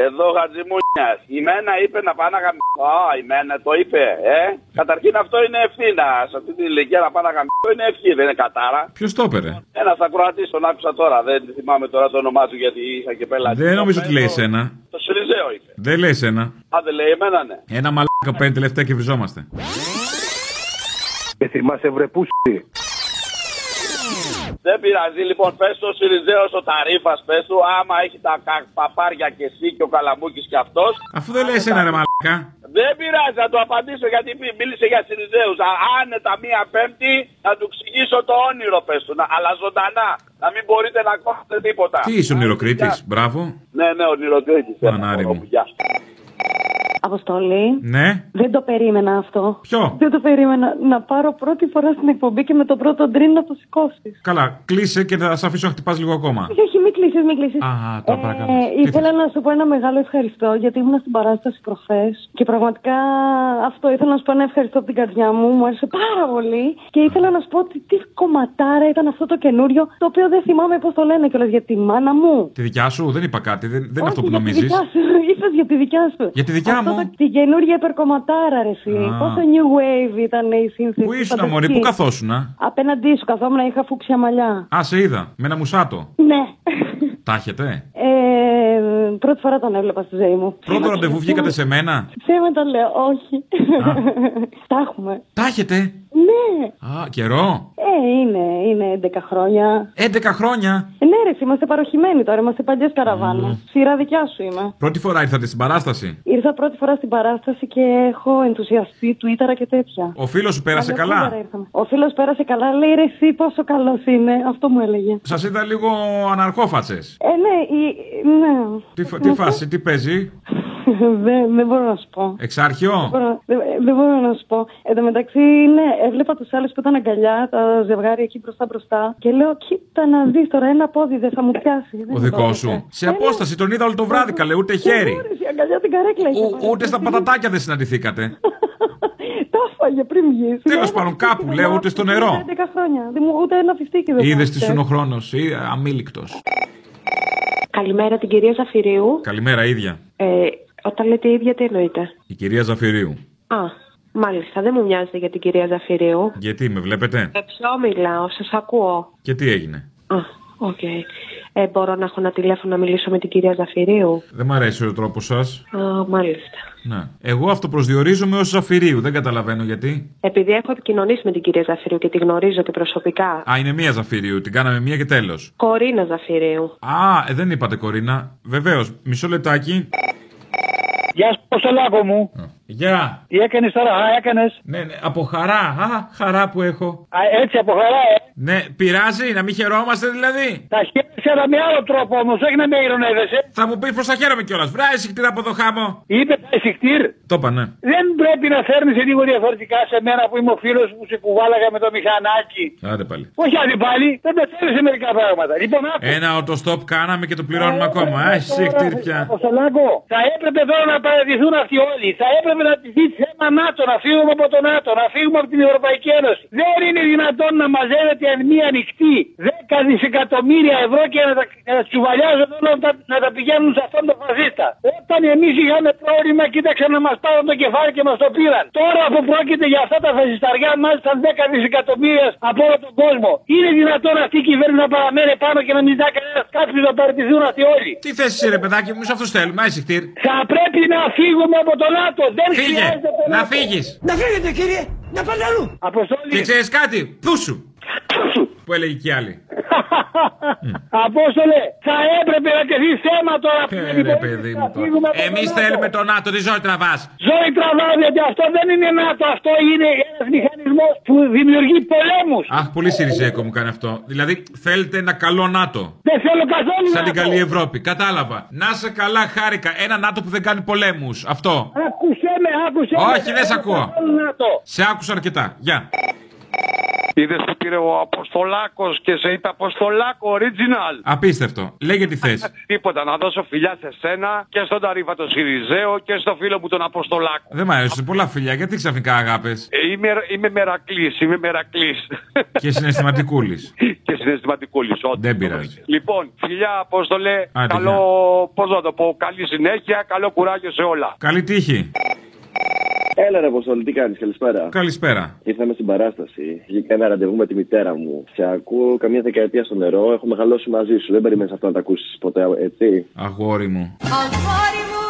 Εδώ ο Χατζημούνιας. Η μένα είπε να πάω να γαμίσω. Α, η μένα το είπε, ε. Καταρχήν αυτό είναι ευθύνα. Σε αυτή την ηλικία να πάω να γαμίσω είναι ευχή, δεν είναι κατάρα.
Ποιος το έπαιρε.
Ένας ακροατής τον άκουσα τώρα. Δεν θυμάμαι τώρα το όνομά του γιατί είχα και πελάτη.
Δεν νομίζω ότι λέει εσένα.
Το Σιριζέο είπε.
Δεν λέει εσένα.
Α, δεν λέει εμένα, ναι.
Ένα μαλάκα παίρνει τελευταία και βριζόμαστε.
Και θυμάσαι, βρε πούστη.
Δεν πειράζει, λοιπόν, πες στο Σιριζέο, ο Ταρήφα, πες του, άμα έχει τα κα- παπάρια και εσύ και ο Καλαμούκης και αυτός.
Αφού δεν λέει εσένα, ρε μαλάκα.
Δεν πειράζει, θα του απαντήσω γιατί μι- μίλησε για Σιριζέους. Άνετα μία Πέμπτη να του εξηγήσω το όνειρο, πες του, να- αλλά ζωντανά. Να μην μπορείτε να κόψετε τίποτα.
Τι είσαι ο νεροκρίτης, μπράβο.
Ναι, ναι, ονειροκρίτη.
Μανάρι μου.
Αποστολή.
Ναι.
Δεν το περίμενα αυτό.
Ποιο?
Δεν το περίμενα. Να πάρω πρώτη φορά στην εκπομπή και με τον πρώτο ντριν να το σηκώσεις.
Καλά, κλείσε και θα σε αφήσω να χτυπάς λίγο ακόμα.
Όχι, όχι, μην κλείσει, μην κλείσεις.
Α, τα παρακαλώ.
Ε, ήθελα να σου πω ένα μεγάλο ευχαριστώ γιατί ήμουν στην παράσταση προχθές και πραγματικά αυτό ήθελα να σου πω ένα ευχαριστώ από την καρδιά μου. Μου άρεσε πάρα πολύ και ήθελα να σου πω ότι τι κομματάρα ήταν αυτό το καινούριο το οποίο δεν θυμάμαι πώς το λένε κιόλας για τη μάνα μου.
Τη δικιά σου, δεν είπα κάτι, δεν, δεν είναι αυτό που
για τη
νομίζεις.
δικιά σου. Είπες για τη δικιά σου.
Για τη δικιά
Αυτό
μου.
Το, την καινούργια υπερκομματάρα, ρε. εσύ.
Α.
Πόσο new wave ήταν η σύνθεση.
Πού ήσουν,
φανταστική.
Μωρή, πού καθόσουν. Α,
Απέναντί σου καθόμουν, είχα φούξια μαλλιά.
Α, σε είδα, με ένα μουσάτο.
Ναι.
Τα έχετε.
Ε, πρώτη φορά τον έβλεπα στη ζωή μου.
Πρώτο ραντεβού βγήκατε σε μένα.
Ψέματα λέω, όχι. Τα έχουμε.
Τα έχετε.
Ναι.
Α, καιρό.
Ε, είναι, είναι 11 χρόνια.
11 χρόνια.
Ε, ναι, ρε, εσύ, είμαστε παροχημένοι τώρα, είμαστε παλιές καραβάνα. Σειρά δικιά σου είμαι.
Πρώτη φορά ήρθατε στην παράσταση.
Ήρθα πρώτη φορά στην παράσταση και έχω ενθουσιαστεί, Twitter και τέτοια.
Ο φίλος σου πέρασε καλά.
Παλιότερα ήρθαμε. Ο φίλος πέρασε καλά, λέει ρε, εσύ πόσο καλός είναι. Αυτό μου έλεγε.
Σας είδα λίγο αναρχόφατσες.
Ε, ναι, η... ναι.
Τι, φα- τι φάση, τι παίζει.
δεν, δεν μπορώ να σου πω.
Εξάρχιο.
Μπορώ- Δεν δεν μπορώ να σου πω. Εν τω μεταξύ, ναι, έβλεπα τους άλλους που ήταν αγκαλιά, τα ζευγάρια εκεί μπροστά μπροστά. Και λέω, κοίτα να δεις τώρα, ένα πόδι δεν θα μου πιάσει. Δεν
Ο
το
δικό
έπαθε.
σου. Σε απόσταση τον είδα όλο το βράδυ, καλέ, ούτε χέρι.
Η αγκαλιά την καρέκλα είχε.
Ο- Ούτε στα πατατάκια δεν συναντηθήκατε.
Τα έφαγε πριν βγει.
Τέλος πάντων, κάπου
ναι,
λέω, ούτε στο νερό.
11 χρόνια. Δεν μου, ούτε ένα φιστίκι
ναι,
δεν
Είδες
φάγατε.
τι σου είναι ο χρόνος. Αμήλικτος.
Καλημέρα την κυρία Ζαφυρίου.
Καλημέρα, ίδια.
Ε, όταν λέτε ίδια, τι εννοείτε.
Η κυρία Ζαφυρίου.
Α, μάλιστα, δεν μου μοιάζετε για την κυρία Ζαφυρίου.
Γιατί με βλέπετε.
Ε, ποιο μιλάω, σας ακούω.
Και τι έγινε.
Α, οκ. Ε, μπορώ να έχω ένα τηλέφωνο να μιλήσω με την κυρία Ζαφυρίου.
Δεν μ' αρέσει ο τρόπος σας.
Α, μάλιστα.
Ναι. Εγώ αυτοπροσδιορίζομαι ως Ζαφυρίου. Δεν καταλαβαίνω γιατί.
Επειδή έχω επικοινωνήσει με την κυρία Ζαφυρίου και τη γνωρίζω και προσωπικά.
Α, είναι μία Ζαφυρίου. Την κάναμε μία και τέλος.
Κορίνα Ζαφυρίου.
Α, ε, δεν είπατε Κορίνα. Βεβαίως. Μισό λεπτάκι.
Γεια σου, Ποσολάκο μου.
Γεια.
Τι έκανες τώρα, α, έκανες.
Ναι, ναι, από χαρά. Α, χαρά που έχω.
έτσι, από χαρά, ε.
Ναι, πειράζει να μην χαιρόμαστε δηλαδή.
Τα χαίρεσαι, αλλά με άλλο τρόπο όμως, όχι να με ηρωνεύεσαι.
Θα μου πεις πω τα χαίρομαι κιόλας. Βράει συχτήρα από εδώ χάμω.
Είπε τα συχτήρ.
Το είπα, ναι.
Δεν πρέπει να φέρνεις λίγο διαφορετικά σε μένα που είμαι ο φίλος που σε κουβάλαγα με το μηχανάκι.
Άντε πάλι.
Όχι άλλη πάλι, δεν με θέλεις σε μερικά πράγματα. Λοιπόν, άκου.
Ένα οτοστόπ κάναμε και το
Ε,
πληρώνουμε ακόμα. ε, Α, συχτήρ πια.
Αποστολάκο, θα έπρεπε τώρα να παρατηθούν αυτοί όλοι. Θα έπρεπε να τηθεί θέμα ΝΑΤΟ, να φύγουμε από το ΝΑΤΟ, να φύγουμε από την Ευρωπαϊκή Ένωση. Δεν είναι δυνατόν να μαζεύεται εν μία νυχτή 10 δισεκατομμύρια ευρώ και να τα να τα τσουβαλιάζουν όλα να τα, να τα πηγαίνουν σε αυτόν τον φασίστα. Όταν εμείς είχαμε πρόβλημα, κοίταξαν να μας πάρουν το κεφάλι και μας το πήραν. Τώρα που πρόκειται για αυτά τα φασισταριά, μάλιστα 10 δισεκατομμύρια από όλο τον κόσμο. Είναι δυνατόν αυτή η κυβέρνηση να παραμένει πάνω και να μην ζητά κανένας κάποιο να παρατηθούν αυτοί όλοι.
Τι θέση είσαι, ρε παιδάκι μου, σε αυτούς θέλουμε. Α, συχτήρ.
Θα πρέπει να φύγουμε από το ΝΑΤΟ. Δεν
Φύγε.
χρειάζεται το
Να
ΝΑΤΟ.
φύγεις.
Να φύγετε κύριε. Να πάτε αλλού. Αποστόλη.
Και ξέρεις κάτι. Πού σου.
ε.
Που έλεγε και η άλλη.
Απόστολε. Θα έπρεπε να τεθεί θέμα τώρα. που
Ε,
δεν
ρε
μπορεί
παιδί
να
μου
φύγουμε
τώρα.
από το
Εμεί
ΝΑΤΟ.
θέλουμε τον Άτο, τη ζωή τραβά.
Ζωή τραβάζεται. Αυτό δεν είναι ΝΑΤΟ. Αυτό είναι ένας μηχανισμός που δημιουργεί πολέμους.
Αχ, πολύ Σιριζέκο μου κάνει αυτό. Δηλαδή, θέλετε ένα καλό ΝΑΤΟ.
Δεν θέλω καθόλου
Σαν την
ΝΑΤΟ.
καλή Ευρώπη. Κατάλαβα. Να σε καλά, χάρηκα. Ένα ΝΑΤΟ που δεν κάνει πολέμους. Αυτό.
Ακούσέ με, άκουσέ με.
Όχι, δεν σε ακούω.
θέλω ΝΑΤΟ.
Σε άκουσα αρκετά. Γεια.
Είδες που πήρε ο Αποστολάκος και σε είπε Αποστολάκο, original.
Απίστευτο. Λέγε τη θέση.
Τίποτα, να δώσω φιλιά σε σένα και στον Ταρίφα τον Σιριζέο και στο φίλο μου τον Αποστολάκο.
Δεν μ' αρέσουν πολλά φιλιά. Γιατί ξαφνικά αγάπες.
Ε, Είμαι, είμαι μερακλής, είμαι μερακλής
Και συναισθηματικούλης.
και συναισθηματικούλης. ό,τι.
Δεν πειράζει.
Λοιπόν, φιλιά Απόστολε,
Άντε,
καλό, πώς να το πω, καλή συνέχεια, καλό κουράγιο σε όλα.
Καλή τύχη.
Έλα ρε Αποστολή, τι κάνεις, καλησπέρα.
Καλησπέρα.
Ήρθαμε στην παράσταση. Βγήκα ένα ραντεβού με τη μητέρα μου. Σε ακούω καμία δεκαετία στο νερό. Έχω μεγαλώσει μαζί σου. Δεν περιμένεις αυτό να τα ακούσεις ποτέ, έτσι.
Αγόρι μου.
Αγόρι μου,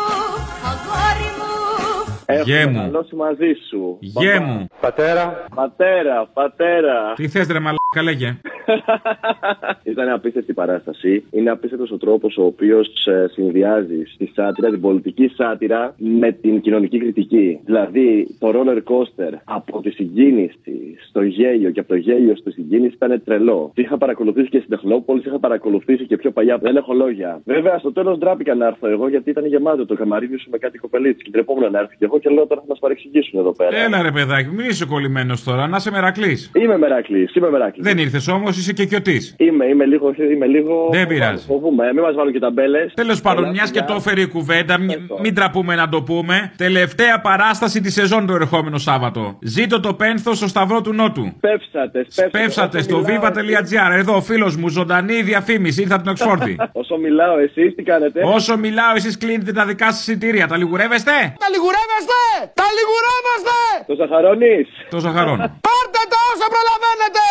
αγόρι μου.
Έχω
Γέ μου.
μεγαλώσει μαζί σου.
Γε
Παπα-
μου.
Πατέρα. Πατέρα, πατέρα.
Τι θες, ρε μαλάκα, λέγε.
Ήταν απίστευτη η παράσταση. Είναι απίστευτος ο τρόπος ο οποίος ε, συνδυάζει τη σάτυρα, την πολιτική σάτυρα με την κοινωνική κριτική. Δηλαδή, το roller coaster από τη συγκίνηση στο γέλιο και από το γέλιο στη συγκίνηση ήταν τρελό. Τι είχα παρακολουθήσει και στην Τεχνόπολης, τι είχα παρακολουθήσει και πιο παλιά. Δεν έχω λόγια. Βέβαια, στο τέλος ντράπηκα να έρθω εγώ γιατί ήταν γεμάτο το καμαρίδι σου με κάτι κοπελίτσι. Και τρεπόμουν να έρθω και εγώ και λέω τώρα θα μας παρεξηγήσουν εδώ πέρα.
Έλα ρε παιδάκι, μην είσαι κολλημένος τώρα, να είσαι μερακλής.
Είμαι μεράκλη, είμαι μεράκλη.
Δεν ήρθες όμως, είσαι και κιωτής.
Είμαι, είμαι λίγο. Είμαι λίγο...
Δεν πειράζει.
Φοβούμαι, Ε, μην μας βάλουν και τα μπέλε.
Τέλο πάντων, μιας και το έφερε η κουβέντα, μη- μην τραπούμε να το πούμε. Τελευταία παράσταση της σεζόν το ερχόμενο Σάββατο. Ζήτω το πένθο στο Σταυρό του Νότου.
Πέψατες,
Πέψατες στο viva.gr. Εδώ ο φίλος μου, ζωντανή διαφήμιση, ήρθα από την Οξφόρδη.
Όσο μιλάω, εσείς τι κάνετε.
Όσο μιλάω, εσείς κλείνετε τα δικά σας εισιτήρια. Τα λιγουρεύεστε.
Τα λιγουρεύεστε, τα λιγουρεύεστε.
Το ζαχαρώνεις.
Το ζαχαρώνω.
Πάρτε τα όσα προλαβαίνετε.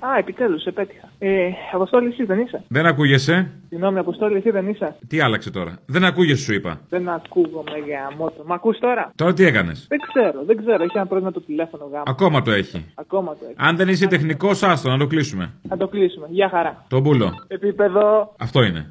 Α, επιτέλους, επέτυχα. Ε, Αποστόλη, εσύ δεν είσαι.
Δεν ακούγεσαι.
Συγγνώμη, Αποστόλη, εσύ δεν είσαι.
Τι άλλαξε τώρα. Δεν ακούγεσαι, σου είπα.
Δεν ακούγομαι για μότο. Μ' ακούς τώρα.
Τώρα τι έκανες.
Δεν ξέρω, δεν ξέρω. Έχει ένα πρόβλημα το τηλέφωνο γάμο.
Ακόμα το έχει.
Ακόμα το έχει.
Αν δεν είσαι τεχνικός, άστο να το κλείσουμε.
Θα το κλείσουμε. Γεια χαρά.
Το μπούλο.
Επίπεδο.
Αυτό είναι.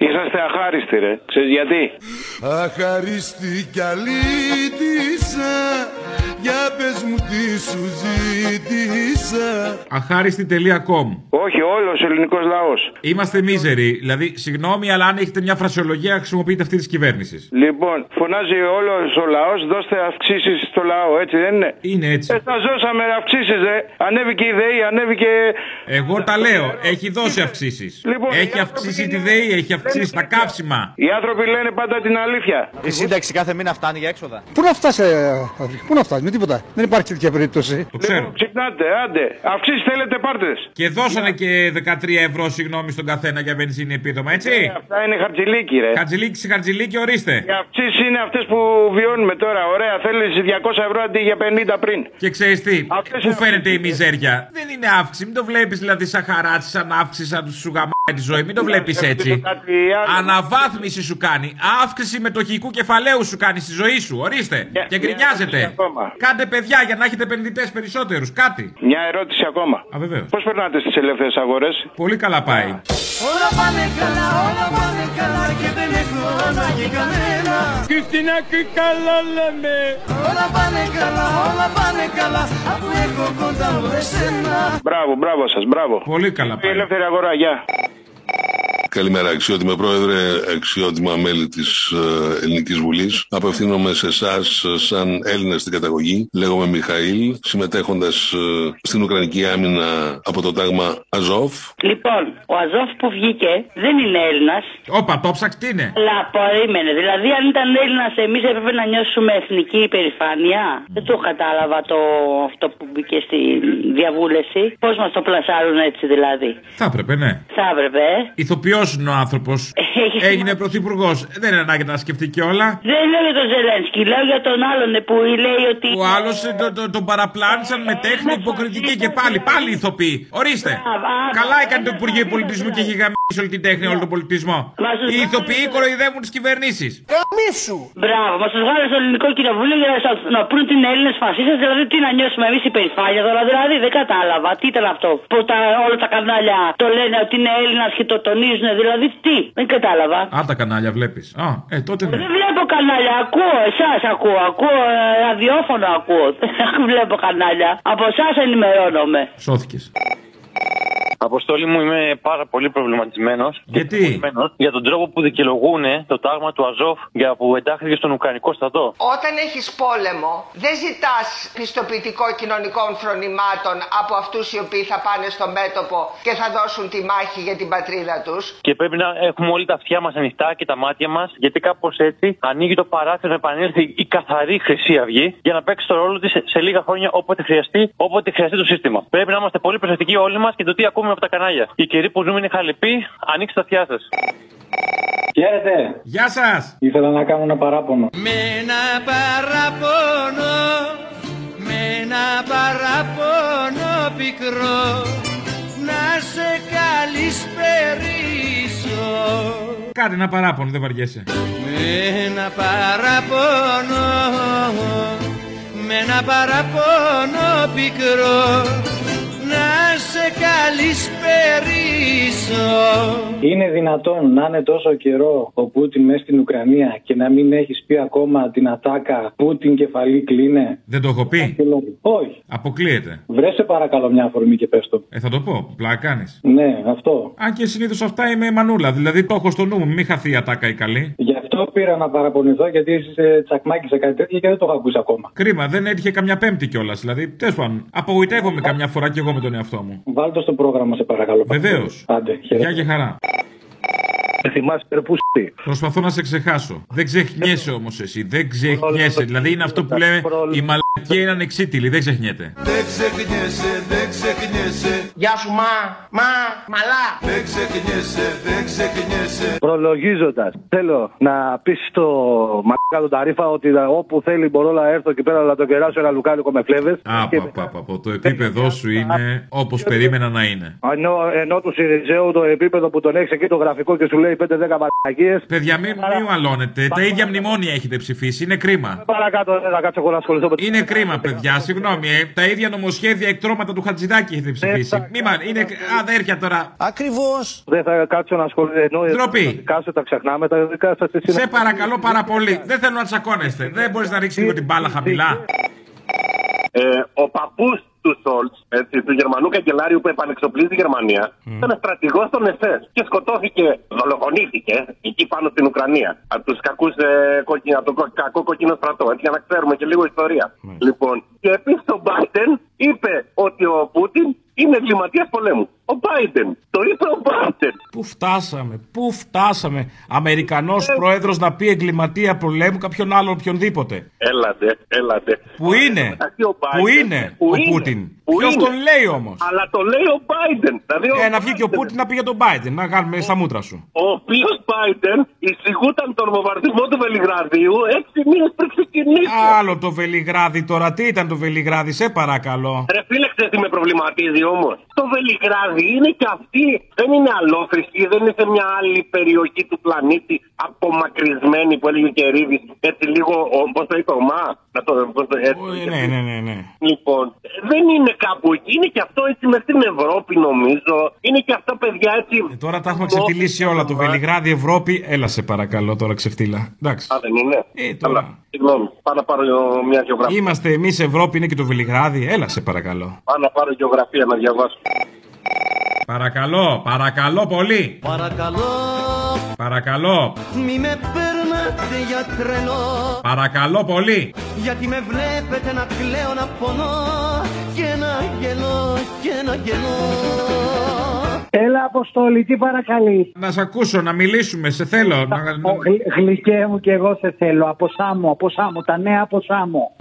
Είσαστε αχάριστοι, ρε. Ξέρεις γιατί.
Αχαρίστη κι αλήτησα Για πες μου τι σου ζήτησα
Αχάριστη.com
Όχι, όλος ο ελληνικός λαός.
Είμαστε μίζεροι. Δηλαδή, συγγνώμη, αλλά αν έχετε μια φρασιολογία, χρησιμοποιείτε αυτή της κυβέρνησης.
Λοιπόν, φωνάζει όλος ο λαός, δώστε αυξήσεις στο λαό, έτσι δεν είναι.
Είναι έτσι.
Ε, θα ζώσαμε αυξήσεις, ρε. Ανέβηκε η ΔΕΗ, ανέβηκε.
Εγώ τα λέω. Έχει δώσει αυξήσεις.
Λοιπόν,
έχει αυξήσει τη ΔΕΗ, έχει αυξήσει τα καύσιμα.
Οι άνθρωποι λένε πάντα την αλήθεια.
Η σύνταξη κάθε μήνα φτάνει για έξοδα.
Πού να φτάσει, ε, Αφρική, πού να φτάσει, με τίποτα. Δεν υπάρχει τέτοια περίπτωση.
Το ξέρω.
Λοιπόν, Ξυπνάτε, άντε. Αυξήσεις θέλετε, πάρτες.
Και δώσανε και 13 ευρώ, συγγνώμη, στον καθένα για βενζίνη επίδομα, έτσι.
Ε, Αυτά είναι χαρτζηλίκι, ρε.
Χατζηλίκη σε χατζηλίκη, ορίστε.
Οι αυξήσεις είναι αυτές που βιώνουμε τώρα. Ωραία, θέλεις 200 ευρώ αντί για 50 πριν.
Και ξέρεις τι,
Αυτές
πού
είναι
φαίνεται η
αυξήσεις.
μιζέρια. Δεν είναι αύξηση, μην το βλέπεις δηλαδή σαν χαράτσι, σαν αύξηση, σαν σου γαμάει τη ζωή, μην το βλέπει έτσι. Αναβάθμιση σου κάνει, αύξηση μετοχικού κεφαλαίου σου κάνει στη ζωή σου, ορίστε. Και γκρινιάζετε. Κάντε παιδιά για να έχετε επενδυτές περισσότερους, κάτι.
Μια ερώτηση ακόμα.
Α, βεβαίως.
Πώς περνάτε στις ελεύθερες αγορές.
Πολύ καλά πάει.
Όλα πάνε καλά, όλα πάνε καλά και δεν έχω ανάγκη κανένα. Χριστίνα και καλά λέμε. Όλα πάνε καλά, όλα πάνε καλά αφού έχω κοντά μου εσένα.
Μπράβο, μπράβο σας, μπράβο.
Πολύ καλά
πάει. Η ελεύθερη αγορά, γεια.
Καλημέρα, αξιότιμε πρόεδρε, αξιότιμα μέλη της Ελληνικής Βουλής. Απευθύνομαι σε εσάς, σαν Έλληνα στην καταγωγή. Λέγομαι Μιχαήλ, συμμετέχοντας στην Ουκρανική άμυνα από το τάγμα Αζόφ.
Λοιπόν, ο Αζόφ που βγήκε δεν είναι Έλληνας.
Όπα, το ψάξ, τι είναι.
Αλλά περίμενε. Δηλαδή, αν ήταν Έλληνας, εμείς έπρεπε να νιώσουμε εθνική υπερηφάνεια. Δεν το κατάλαβα το, αυτό που μπήκε στη διαβούλευση. Πώς μας το πλασάρουν έτσι, δηλαδή.
Θα έπρεπε, ναι.
Θα έπρεπε. ε.
Ηθοποιό είναι ο άνθρωπος. Έγινε πρωθυπουργός. Δεν είναι ανάγκη να τα σκεφτεί κιόλα.
Δεν λέω για τον Ζελένσκι, λέω για τον άλλον ε, που λέει ότι. Ε,
Ο άλλο τον παραπλάνησαν με τέχνη υποκριτική και πάλι, πάλι ηθοποιοί. Ορίστε. Καλά έκανε
ε,
το Υπουργείο Πολιτισμού και έχει γαμίσει όλη την τέχνη, όλο τον πολιτισμό. Οι ηθοποιοί κοροϊδεύουν τις κυβερνήσεις.
Καμίσου! Μπράβο, μα του βγάλε στο ελληνικό κοινοβούλιο για να, σας- να πούν την Έλληνες φασίστες. Δηλαδή, τι να νιώσουμε εμείς υπερηφάνεια τώρα. Δηλαδή, δεν κατάλαβα. Τι ήταν αυτό που τα, όλα τα κανάλια το λένε ότι είναι Έλληνας και το τονίζουν. Δηλαδή, τι. Δεν κατάλαβα.
Α, τα κανάλια βλέπεις. Α, ε, τότε ναι.
Δεν βλέπω κανάλια. Ακούω εσάς, ακούω. Ακούω ε, ραδιόφωνο, ακούω. Δεν βλέπω κανάλια. Από εσάς ενημερώνομαι.
Σώθηκες.
Αποστόλη μου, είμαι πάρα πολύ προβληματισμένος. Γιατί? Για τον τρόπο που δικαιολογούν ε, το τάγμα του Αζόφ για που εντάχθηκε στον Ουκρανικό στρατό.
Όταν έχεις πόλεμο, δεν ζητάς πιστοποιητικό κοινωνικών φρονημάτων από αυτούς οι οποίοι θα πάνε στο μέτωπο και θα δώσουν τη μάχη για την πατρίδα τους.
Και πρέπει να έχουμε όλοι τα αυτιά μας ανοιχτά και τα μάτια μας, γιατί κάπως έτσι ανοίγει το παράθυρο να επανέλθει η καθαρή Χρυσή Αυγή για να παίξει το ρόλο της σε λίγα χρόνια όποτε χρειαστεί, όποτε χρειαστεί το σύστημα. Πρέπει να είμαστε πολύ προσεκτικοί όλοι μας και το τι ακούμε από τα κανάλια. Οι καιροί που ζούμε είναι χαλεποί, ανοίξτε τα αυτιά σας.
Χαίρετε.
Γεια σας.
Ήθελα να κάνω ένα παράπονο.
Με ένα παραπονό, με ένα παραπονό πικρό Να σε καλησπερίσω
Κάτι ένα παράπονο, δεν βαριέσαι.
Με ένα παραπονό, με ένα παραπονό πικρό Να σε καλησπερίσω
Είναι δυνατόν να είναι τόσο καιρό ο Πούτιν μέσα στην Ουκρανία και να μην έχεις πει ακόμα την ατάκα Πούτιν κεφαλή κλείνε.
Δεν το έχω πει.
Όχι.
Αποκλείεται.
Βρες σε παρακαλώ μια αφορμή και πες το.
Ναι. Ε, θα το πω. Πλάκα κάνεις.
Ναι, αυτό.
Αν και συνήθως αυτά είμαι μανούλα. Δηλαδή το έχω στο νου μου. Μην χαθεί η ατάκα η καλή.
Γι' αυτό πήρα να παραπονηθώ γιατί είσαι τσακμάκι σε κάτι τέτοιο και δεν το έχω ακούσει ακόμα.
Κρίμα, δεν έτυχε καμιά Πέμπτη κιόλας. Δηλαδή, τέλος πάντων, απογοητεύομαι καμιά φορά κι εγώ με τον εαυτό μου.
Βάλ το στο πρόγραμμα σε παρακαλώ.
Βεβαίως.
Άντε, χαίρετε.
Γεια και χαρά.
Με θυμάσαι, ρε πούστη.
Προσπαθώ να σε ξεχάσω. Δεν ξεχνιέσαι όμως εσύ. Δεν ξεχνιέσαι. Δηλαδή είναι αυτό που λέμε η μαλακία είναι ανεξίτηλη. Δεν ξεχνιέται.
Δεν ξεχνιέσαι, δεν ξεχνιέσαι.
Γεια σου, μα, μα, μαλά.
Δεν ξεχνιέσαι, δεν ξεχνιέσαι.
Προλογίζοντας, θέλω να πεις στο μαλακά τον Ταρίφα ότι όπου θέλει μπορώ να έρθω εκεί πέρα να το κεράσω ένα λουκάνικο με φλέβες.
Από το επίπεδό σου είναι όπως περίμενα να είναι.
Ενώ, ενώ του Σιριζέου το επίπεδο που τον έχεις εκεί το γραφικό και σου λέει 5-10 μαλακίες.
Παιδιά, μην μην αλώνετε. Τα ίδια μνημόνια έχετε ψηφίσει. Είναι κρίμα.
Παρακάτω, δεν θα κάτσω εγώ να ασχοληθώ με το
Είναι κρίμα, παιδιά. Συγγνώμη. ε. Τα ίδια νομοσχέδια εκτρώματα του Χατζηδάκη έχετε ψηφίσει. Μη μα- είναι αδέρφια τώρα.
Ακριβώς. Δεν θα κάτσω να ασχοληθώ. Ενώ
Ντροπή.
τα δικά σου τα ξεχνάμε, τα δικά σας τι
Σε παρακαλώ πάρα πολύ. Δεν θέλω να τσακώνεστε. Δεν μπορείς να ρίξεις λίγο την μπάλα χαμηλά.
Ε, ο παππούς του Σόλτ, του Γερμανού καγκελάριου που επανεξοπλίζει τη Γερμανία, ήταν στρατηγός των ΕΣΕΣ και σκοτώθηκε, δολοφονήθηκε εκεί πάνω στην Ουκρανία από τους κακούς ε, κόκκινα, τον κο- κακό κόκκινο στρατό. Έτσι, για να ξέρουμε και λίγο ιστορία. Λοιπόν, και επίσης ο Μπάιτεν είπε ότι ο Πούτιν είναι εγκληματίας πολέμου. Ο Μπάιντεν. Το είπε ο Μπάιντεν.
Πού φτάσαμε, πού φτάσαμε. Αμερικανός
Ε.
πρόεδρος να πει εγκληματία πολέμου κάποιον άλλον οποιονδήποτε.
Έλατε, έλατε.
Πού είναι,
Μεταξύ ο Biden,
πού είναι ο Πούτιν. Ποιος
είναι.
τον λέει όμως.
Αλλά το λέει ο Biden. Δηλαδή ο
Ε, να βγει και ο Πούτιν να πει για τον Biden, να κάνουμε στα μούτρα σου.
ο οποίος Biden εισηγούταν τον βομβαρδισμό του Βελιγραδιού έξι μήνες πριν ξεκινήσει.
Άλλο το Βελιγράδι τώρα, τι ήταν το Βελιγράδι, σε παρακαλώ.
Ρε φίλε, ξέρεις τι με προβληματίζει όμως. Το Βελιγράδι είναι και αυτή, δεν είναι αλόφρυσκη, δεν είναι σε μια άλλη περιοχή του πλανήτη απομακρυσμένη που έλεγε Ε, και Ρίδης, Έτσι λίγο, πώς το είπε, ο Μα. Να το, πώς το, έτσι,
Ναι, ναι, ναι, ναι.
Λοιπόν, δεν είναι κάπου εκεί, είναι και αυτό έτσι μες στην Ευρώπη νομίζω. Είναι και αυτό παιδιά έτσι.
Ε, Τώρα τα έχουμε ξεφτυλίσει όλα. Το Βελιγράδι, Ευρώπη. Έλα σε παρακαλώ τώρα ξεφτύλα. Εντάξει.
Α, δεν είναι.
Ε, τώρα.
Συγγνώμη, πάω να πάρω ε, μια γεωγραφία.
Είμαστε εμείς Ευρώπη, είναι και το Βελιγράδι. Έλα σε παρακαλώ.
Πάω να πάρω γεωγραφία να διαβάσω.
Παρακαλώ, παρακαλώ πολύ.
Παρακαλώ,
Παρακαλώ,
μη με παίρνετε για τρελό.
παρακαλώ πολύ.
Γιατί με βλέπετε να κλαίω, να πονώ και να γελώ και να γελώ.
Έλα, Αποστόλη, τι παρακαλείς. Να σε ακούσω, να μιλήσουμε, σε θέλω. Να...
Γλυκέ μου και εγώ σε θέλω. Από Σάμο, από Σάμο, τα νέα από Σάμο.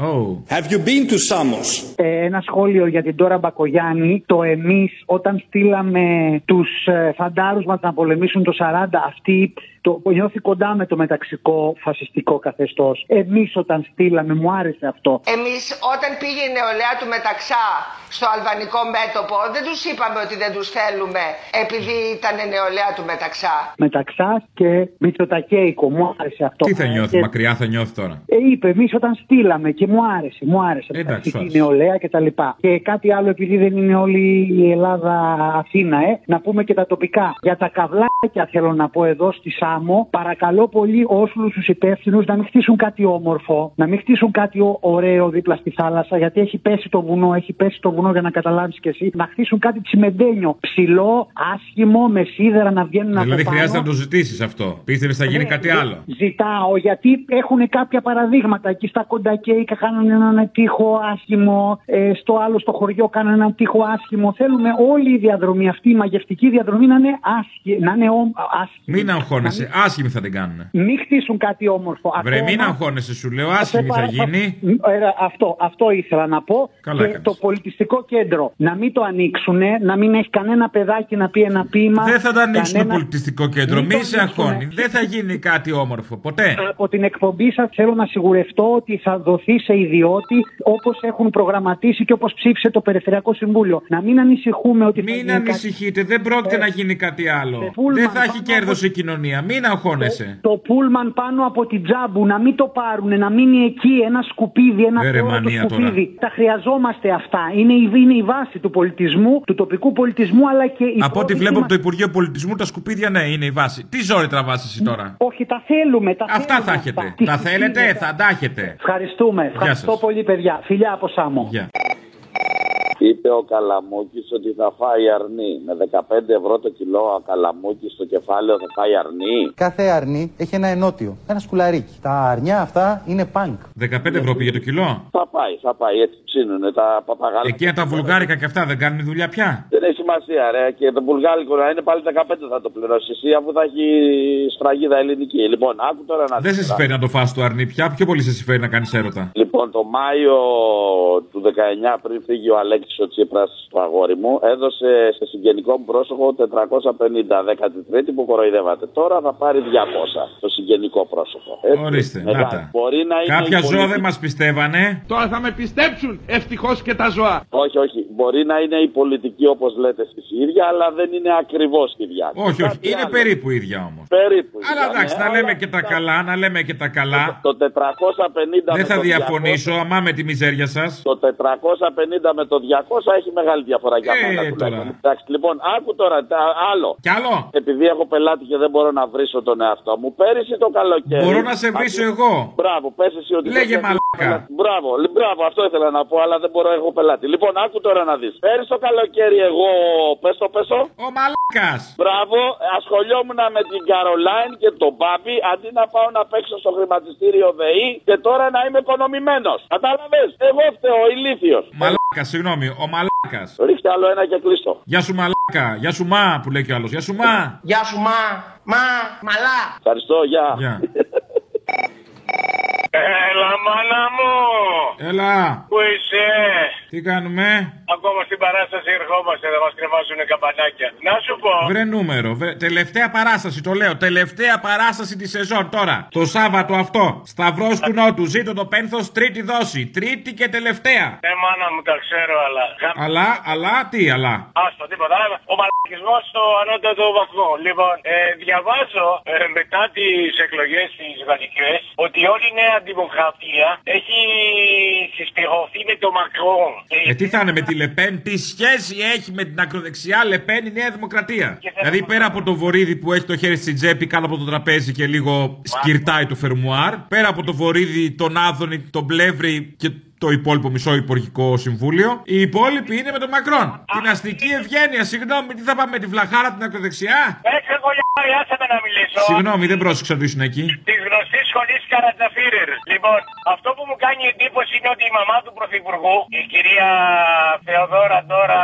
Have you been to Samos?
Ε, ένα σχόλιο για την Τώρα Μπακογιάννη. Το εμείς, όταν στείλαμε τους ε, φαντάρους μας να πολεμήσουν το 40, αυτοί το νιώθει κοντά με το μεταξικό φασιστικό καθεστώς. Εμείς όταν στείλαμε, μου άρεσε αυτό.
Εμείς όταν πήγε η νεολαία του Μεταξά στο αλβανικό μέτωπο δεν τους είπαμε ότι δεν τους θέλουμε επειδή ήταν η νεολαία του Μεταξά.
Μεταξά και Μητσοτακέικο, μου άρεσε αυτό.
Τι θα νιώθει,
Ε,
μακριά θα νιώθει τώρα.
Ε, είπε, εμείς όταν στείλαμε και μου άρεσε, μου άρεσε.
Ε, Εντάξει,
η
άρεσε.
νεολαία και τα λοιπά. Και κάτι άλλο, επειδή δεν είναι όλη η Ελλάδα Αθήνα, ε, να πούμε και τα τοπικά. Για τα καβλάκια θέλω να πω εδώ στη Σάμο, παρακαλώ πολύ όλου τους υπεύθυνους να μην χτίσουν κάτι όμορφο, να μην χτίσουν κάτι ω- ωραίο δίπλα στη θάλασσα, γιατί έχει πέσει το βουνό, έχει πέσει το βουνό για να καταλάβεις κι εσύ, να χτίσουν κάτι τσιμεντένιο, ψηλό, άσχημο, με σίδερα να Ε, βγαίνουν από
Δηλαδή
πάνω.
χρειάζεται να το ζητήσεις αυτό. Πίστευες θα γίνει κάτι άλλο.
Ζητάω γιατί έχουν κάποια παραδείγματα. Εκεί στα κοντακέικα κάνανε έναν τείχο άσχημο, ε, στο άλλο στο χωριό κάνανε έναν τείχο άσχημο. Θέλουμε όλη η διαδρομή αυτή, η μαγευτική διαδρομή να είναι άσχη, να είναι όμ- άσχημη.
Μην αγχώνεσαι, άσχημη θα την κάνουν.
Μην χτίσουν κάτι όμορφο.
Βρε,
Ακόμα-
μην αγχώνεσαι, σου λέω, άσχημη θα
παρα-
γίνει.
Ωραία, αυτό, αυτό ήθελα να πω.
Καλά
και
έκανες.
το πολιτιστικό κέντρο να μην το ανοίξουν, να μην έχει κανένα παιδάκι να πει ένα ποίημα.
Δεν θα τα ανοίξουν το
κανένα-
πολιτιστικό κέντρο.
Μην το
Μη σε
ανοίξουνε.
αγχώνει. Δεν θα γίνει κάτι όμορφο. Ποτέ.
Από την εκπομπή σας θέλω να σιγουρευτώ ότι θα δοθεί σε ιδιώτη όπως έχουν προγραμματίσει και όπως ψήφισε το Περιφερειακό Συμβούλιο. Να μην ανησυχούμε ότι. θα γίνει
Μην
κάτι. Ε,
ανησυχείτε, δεν πρόκειται να γίνει κάτι άλλο.
Πούλμαν,
Δεν θα έχει
πάνω
κέρδος η κοινωνία. Μην αγχώνεσαι.
Το πούλμαν πάνω από την τζάμπου, να μην το πάρουν, να μείνει εκεί ένα σκουπίδι, ένα
Ε, ρε,
θόρυβο
μανία
σκουπίδι. Τα χρειαζόμαστε αυτά. Είναι η, είναι η βάση του πολιτισμού, του τοπικού πολιτισμού, αλλά και η
Από ό,τι
πρόθεση
βλέπω
μας-
από το Υπουργείο Πολιτισμού, τα σκουπίδια ναι, είναι η βάση. Τι ζόρι τραβάς εσύ τώρα.
Όχι, τα θέλουμε. Τα
Αυτά θα έχετε. Τα θέλετε, θα τα έχετε.
Ευχαριστούμε. Ευχαριστώ
σας.
πολύ, παιδιά. Φιλιά από Σάμο.
Γεια.
Είπε ο Καλαμούκης ότι θα φάει αρνή. Με 15 ευρώ το κιλό ο Καλαμούκης στο κεφάλαιο θα φάει αρνή.
Κάθε αρνί έχει ένα ενότιο, ένα σκουλαρίκι. Τα αρνιά αυτά είναι πανκ.
15 ευρώ πήγε το κιλό.
Θα πάει, θα πάει. Έτσι ψήνουνε τα παπαγάλα.
Εκείνα τα βουλγάρικα και αυτά δεν κάνουν δουλειά πια.
Δεν έχει σημασία, ρε. Και το βουλγάρικο να είναι πάλι 15 θα το πληρώσει εσύ, αφού θα έχει σφραγίδα ελληνική. Λοιπόν, άκου τώρα να
Δεν σε
δεις τώρα.
συμφέρει να το φας το αρνί πια. Πιο πολύ σε συμφέρει να κάνεις έρωτα.
Λοιπόν, το Μάιο του 19, πριν φύγει ο Αλέξη ο Τσίπρας στο αγόρι μου, έδωσε σε συγγενικό μου πρόσωπο 450, 13η που κοροϊδεύατε. Τώρα θα πάρει 200 το συγγενικό πρόσωπο. Έτσι.
Ορίστε,
Μετά,
να τα.
Μπορεί να είναι
Κάποια
η πολυ-
ζώα δεν μας πιστεύανε.
Τώρα θα με πιστέψουν ευτυχώς και τα ζώα. Όχι, όχι. Μπορεί να είναι η πολιτική όπως λέτε εσείς η ίδια, αλλά δεν είναι ακριβώς ίδια.
Όχι, όχι.
Κάτι
Είναι
άλλο.
περίπου ίδια όμως.
Περίπου.
Αλλά εντάξει,
Ναι,
να λέμε και τα καλά, να λέμε και τα καλά.
Το 450 με
Δεν θα
το 200
διαφωνήσω, αμά με τη μιζέρια σας.
Το 450 με το 200 έχει μεγάλη διαφορά για μένα. τουλάχιστον. Εντάξει, λοιπόν, άκου τώρα τα- άλλο.
Ε, Κι άλλο.
Επειδή έχω πελάτη και δεν μπορώ να βρίσω τον εαυτό μου, πέρυσι το καλοκαίρι.
Μπορώ να σε βρίσω
Αντί-
εγώ.
Μπράβο, πες εσύ ότι.
Λέγε
δεν έχω
μαλάκα.
πελάτη. Μπράβο, λι- μπράβο, αυτό ήθελα να πω, αλλά δεν μπορώ, έχω πελάτη. Λοιπόν, άκου τώρα να δεις. Πέρυσι το καλοκαίρι εγώ. Πες το, πες το.
Ο μαλάκας.
Μπράβο, ασχολιόμουν με την Καρολάιν και τον Μπάμπη αντί να πάω να παίξω στο χρηματιστήριο ΔΕΗ και τώρα να είμαι οικονομημένος. Κατάλαβες, εγώ φταίω, ηλίθιος.
Μαλάκα, συγγνώμη, ο μαλάκας.
Ρίξτε άλλο ένα και κλείστο.
Γεια σου μαλάκα, γεια σου μα που λέει κι άλλος. Γεια σου μα.
Γεια σου, μα, μα, μαλά. Ευχαριστώ, γεια.
Έλα, μάνα μου!
Έλα,
Πού είσαι!
τι κάνουμε.
Ακόμα στην παράσταση ερχόμαστε, θα μα κρεβάζουν καμπανάκια. Να σου πω,
Βρε νούμερο, βρε... τελευταία παράσταση, το λέω. Τελευταία παράσταση της σεζόν τώρα. Το Σάββατο αυτό. Σταυρό του Νότου. Ζήτω το πένθος, τρίτη δόση. Τρίτη και τελευταία.
ε, μάνα μου, τα ξέρω, αλλά. γα-
Αλλά, αλλά, τι, αλλά.
Άστο, τίποτα. άλλο. Ο μαλακισμός στο ανώτατο βαθμό. Λοιπόν, ε, διαβάζω ε, μετά τις εκλογές τι Βαλικές ότι όλη η νέα δημοκρατία έχει συσπηρωθεί με το Μακρόν.
Ε, τι θα είναι με τη Λεπέν, τι σχέση έχει με την ακροδεξιά Λεπέν η Νέα Δημοκρατία. Δηλαδή πέρα από το βορίδι που έχει το χέρι στην τσέπη κάτω από το τραπέζι και λίγο σκυρτάει το φερμουάρ, πέρα από το βορίδι, τον Άδωνη, τον Πλεύρη και το υπόλοιπο μισό υπουργικό συμβούλιο, οι υπόλοιποι είναι με τον Μακρόν. Την αστική ευγένεια, συγγνώμη, τι θα πάμε με τη βλαχάρα την ακροδεξιά.
Έξω, κολλιάρι, άσε με να μιλήσω.
Συγγνώμη, δεν πρόσεξα ότι ήσουν εκεί.
Τη γνωστή σχολή Καρατζαφίρερ. Λοιπόν, αυτό που μου κάνει εντύπωση είναι ότι η μαμά του Πρωθυπουργού, η κυρία Θεοδόρα τώρα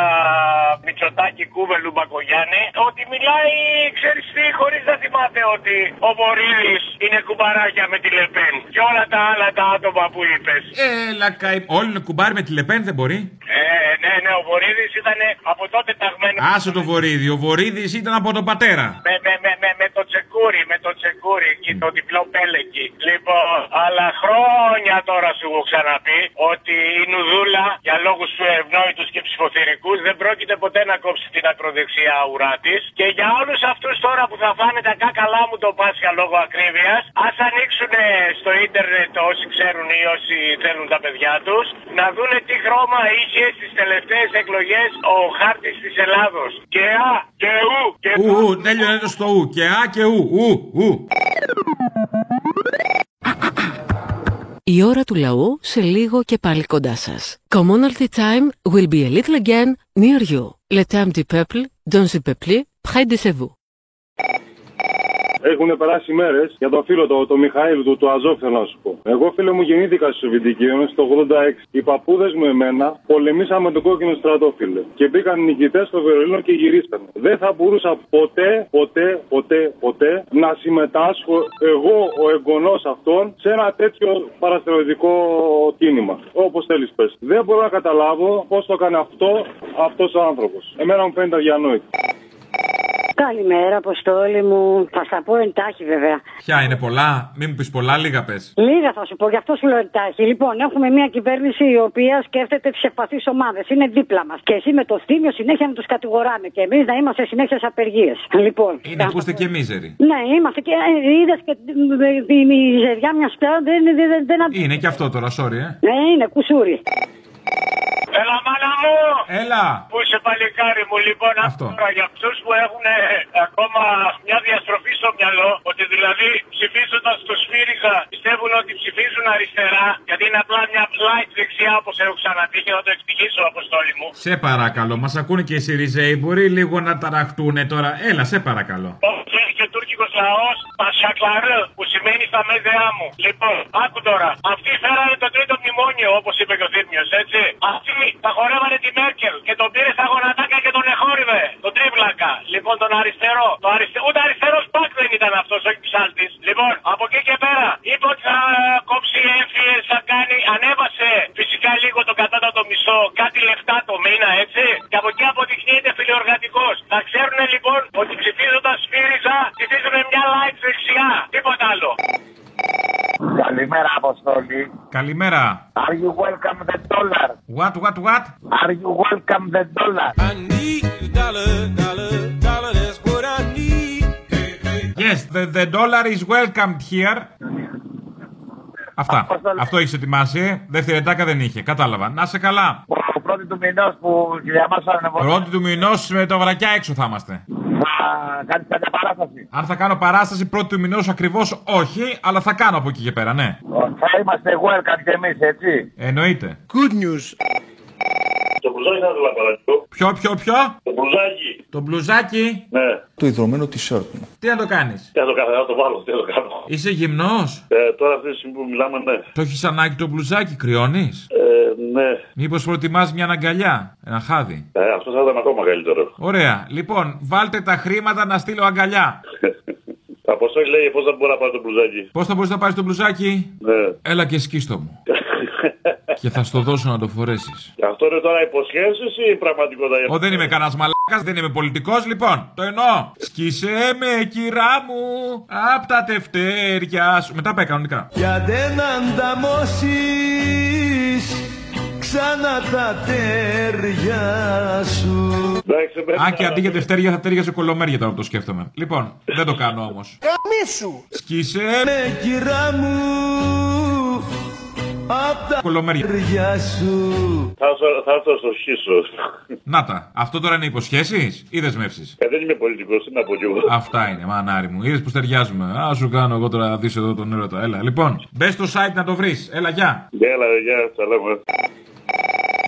Μητσοτάκη Κούβελου Μπακογιάννη, ότι μιλάει, ξέρεις τι, χωρίς να θυμάται ότι ο Βορύδη είναι κουμπαράκια με τη Λεπέν. Και όλα τα άλλα τα άτομα που είπες.
Έλα, καη... Όλοι να κουμπάρει με τη Λεπέν δεν μπορεί.
Ε, ναι, ναι, ο Βορύδης ήταν από τότε ταγμένος.
Άσε το βορίδι, ο βορίδι ήταν από τον πατέρα.
Με, με, με, με, με το τσεκούρι, με το τσεκούρι εκεί, το διπλό πέλεκι. Λοιπόν, αλλά χρόνια τώρα σου έχω ξαναπεί ότι η Νουδούλα για λόγους ευνόητους και ψηφοθυρικούς δεν πρόκειται ποτέ να κόψει την ακροδεξιά ουρά της. Και για όλους αυτούς τώρα που θα φάνε τα κάκαλά μου το Πάσχα λόγω ακρίβειας, ας ανοίξουν στο ίντερνετ όσοι ξέρουν ή όσοι θέλουν τα παιδιά τους να δούνε τι χρώμα είχε στις τελευταίες εκλογές ο χάρτης της Ελλάδος. Και α, και ου, και
Ου, ου, τέλειωνε το στο ου. Και α και ου, ου, ου.
Η ώρα του λαού σε λίγο και πάλι κοντά σας. Commonalty time will be a little again near you. Le temps du peuple, dans le peuple, près de chez vous.
Έχουν περάσει μέρες για τον φίλο το, το Μιχαήλ του, του Αζόφ, θέλω να σου πω. Εγώ, φίλε μου, γεννήθηκα στη Σοβιετική Ένωση το 86. Οι παππούδες μου εμένα πολεμήσαμε τον κόκκινο στρατό, φίλε. Και μπήκαν νικητές στο Βερολίνο και γυρίσανε. Δεν θα μπορούσα ποτέ, ποτέ, ποτέ, ποτέ να συμμετάσχω εγώ ο εγγονός αυτών σε ένα τέτοιο παραστρατιωτικό κίνημα. Όπως θέλεις, πες. Δεν μπορώ να καταλάβω πώς το έκανε αυτό αυτός ο άνθρωπος. Εμένα μου φαίνεται αδιανόητο.
Καλημέρα, Αποστόλη μου. Θα στα πω εντάχει, βέβαια.
Ποια είναι πολλά, μην μου πεις πολλά, λίγα πες.
Λίγα θα σου πω, γι' αυτό σου λέω εντάχει. Λοιπόν, έχουμε μια κυβέρνηση η οποία σκέφτεται τις ευπαθείς ομάδες. Είναι δίπλα μας. Και εσύ με το θύμιο συνέχεια να τους κατηγοράμε. Και εμείς να είμαστε συνέχεια σε απεργίες. Λοιπόν.
Είναι, ακούστε και μίζεροι.
Ναι, είμαστε και είδες και ε, τη μιζεριά μιας πια δεν, δεν, δεν, δεν
Είναι και αυτό τώρα, sorry, ε.
Ναι, είναι κουσούρι.
Έλα, μάνα μου!
Έλα!
Πού είσαι, παλικάρι μου, λοιπόν,
Αυτό.
τώρα για αυτούς που έχουν ε, ακόμα μια διαστροφή στο μυαλό, ότι δηλαδή ψηφίζοντας το ΣΥΡΙΖΑ πιστεύουν ότι ψηφίζουν αριστερά, γιατί είναι απλά μια light δεξιά, όπως έχω ξαναπεί και θα το εξηγήσω, Αποστόλη μου.
Σε παρακαλώ, μας ακούνε και οι Σιριζέοι. Μπορεί λίγο να ταραχτούν τώρα. Έλα, σε παρακαλώ.
και ο τουρκικό λαό Πασακλαρέ, που σημαίνει στα μέδεά μου. Λοιπόν, άκου τώρα. Αυτοί φέρανε το τρίτο μνημόνιο, όπως είπε και ο Δήμιο, έτσι. Αυτοί τα χορεύανε τη Μέρκελ και τον πήρε στα γονατάκια και τον εχόρυβε. Τον τρίβλακα. Λοιπόν, τον αριστερό. Το αριστε... Ούτε αριστερός πακ δεν ήταν αυτός, όχι ψάλτη. Λοιπόν, από εκεί και πέρα είπε ότι θα κόψει έμφυε, θα κάνει. Ανέβασε φυσικά λίγο το κατώτατο μισθό, κάτι λεφτά το μήνα, έτσι. Και από εκεί αποδεικνύεται φιλοργατικό. Θα ξέρουν λοιπόν ότι ψηφίζοντας ΣΥΡΙΖΑ ψηφίζουν μια light δεξιά. Τίποτα άλλο.
Καλημέρα, Αποστολή.
Καλημέρα.
Are you welcome the dollar?
What, what, what?
Are you welcome the dollar?
Yes, the, the dollar is welcomed here. Αυτά. Αυτό έχεις ετοιμάσει. Δευτερετάκα δεν είχε. Κατάλαβα. Να σε καλά.
Ο πρώτη του μηνός που διαμάσανε
Πρώτη του μηνός με τα βρακιά έξω θα είμαστε.
θα κάνει κάποια παράσταση.
Αν θα κάνω παράσταση πρώτη του μηνός ακριβώς όχι, αλλά θα κάνω από εκεί και πέρα, ναι.
Θα είμαστε welcome και εμείς, έτσι.
Εννοείται.
Good news.
Το μπουζάκι θα ήθελα παρακαλώ.
Ποιο, ποιο, ποιο?
Το μπουζάκι.
Το μπλουζάκι.
Ναι.
Το ιδρωμένο t-shirt μου.
Τι να το κάνεις.
Τι να το κάνω, να το βάλω, τι να το κάνω.
Είσαι γυμνός.
Ε, τώρα αυτή τη στιγμή που μιλάμε, ναι.
Το έχεις ανάγκη το μπλουζάκι, κρυώνεις.
Ε, ναι.
Μήπως προτιμάς μια αγκαλιά, ένα χάδι.
Ε, αυτό θα ήταν ακόμα καλύτερο.
Ωραία. Λοιπόν, βάλτε τα χρήματα να στείλω αγκαλιά.
Από αυτό λέει πώς θα μπορώ να πάρω το μπουζάκι.
Πώς θα μπορείς να πάρεις το μπλουζάκι,
Ναι.
Έλα και σκίστο μου. και θα στο δώσω να το φορέσεις.
Και αυτό είναι τώρα υποσχέσεις ή πραγματικότητα.
Ω, δεν είμαι κανένας μαλάκας, δεν είμαι πολιτικός, λοιπόν. Το εννοώ. Σκίσε με, κυρά μου, απ' τα τευτέρια σου. Μετά πάει κανονικά.
Για δεν ανταμώσεις ξανά τα τέρια σου
Αν και αντί για τευτέρια θα τέριαζε κολομέρια τώρα που το σκέφτομαι. Λοιπόν, δεν το κάνω όμως.
Καμίσου
Σκίσε
με κυρά Ναι, μου Απ' τα
Κολομέρια.
τέρια σου
Θα, σου- θα έρθω στο χίσω.
Να τα. Αυτό τώρα είναι υποσχέσεις ή δεσμεύσεις.
Ε, δεν είμαι πολιτικός, τι να πω κι εγώ.
Αυτά είναι, μανάρι μου. Είδες που ταιριάζουμε. Α σου κάνω εγώ τώρα, δεις εδώ τον έρωτα. Έλα, λοιπόν. Μπες στο site να το βρεις. Έλα, γεια.
Γεια, ρε, γεια, τα λέμε.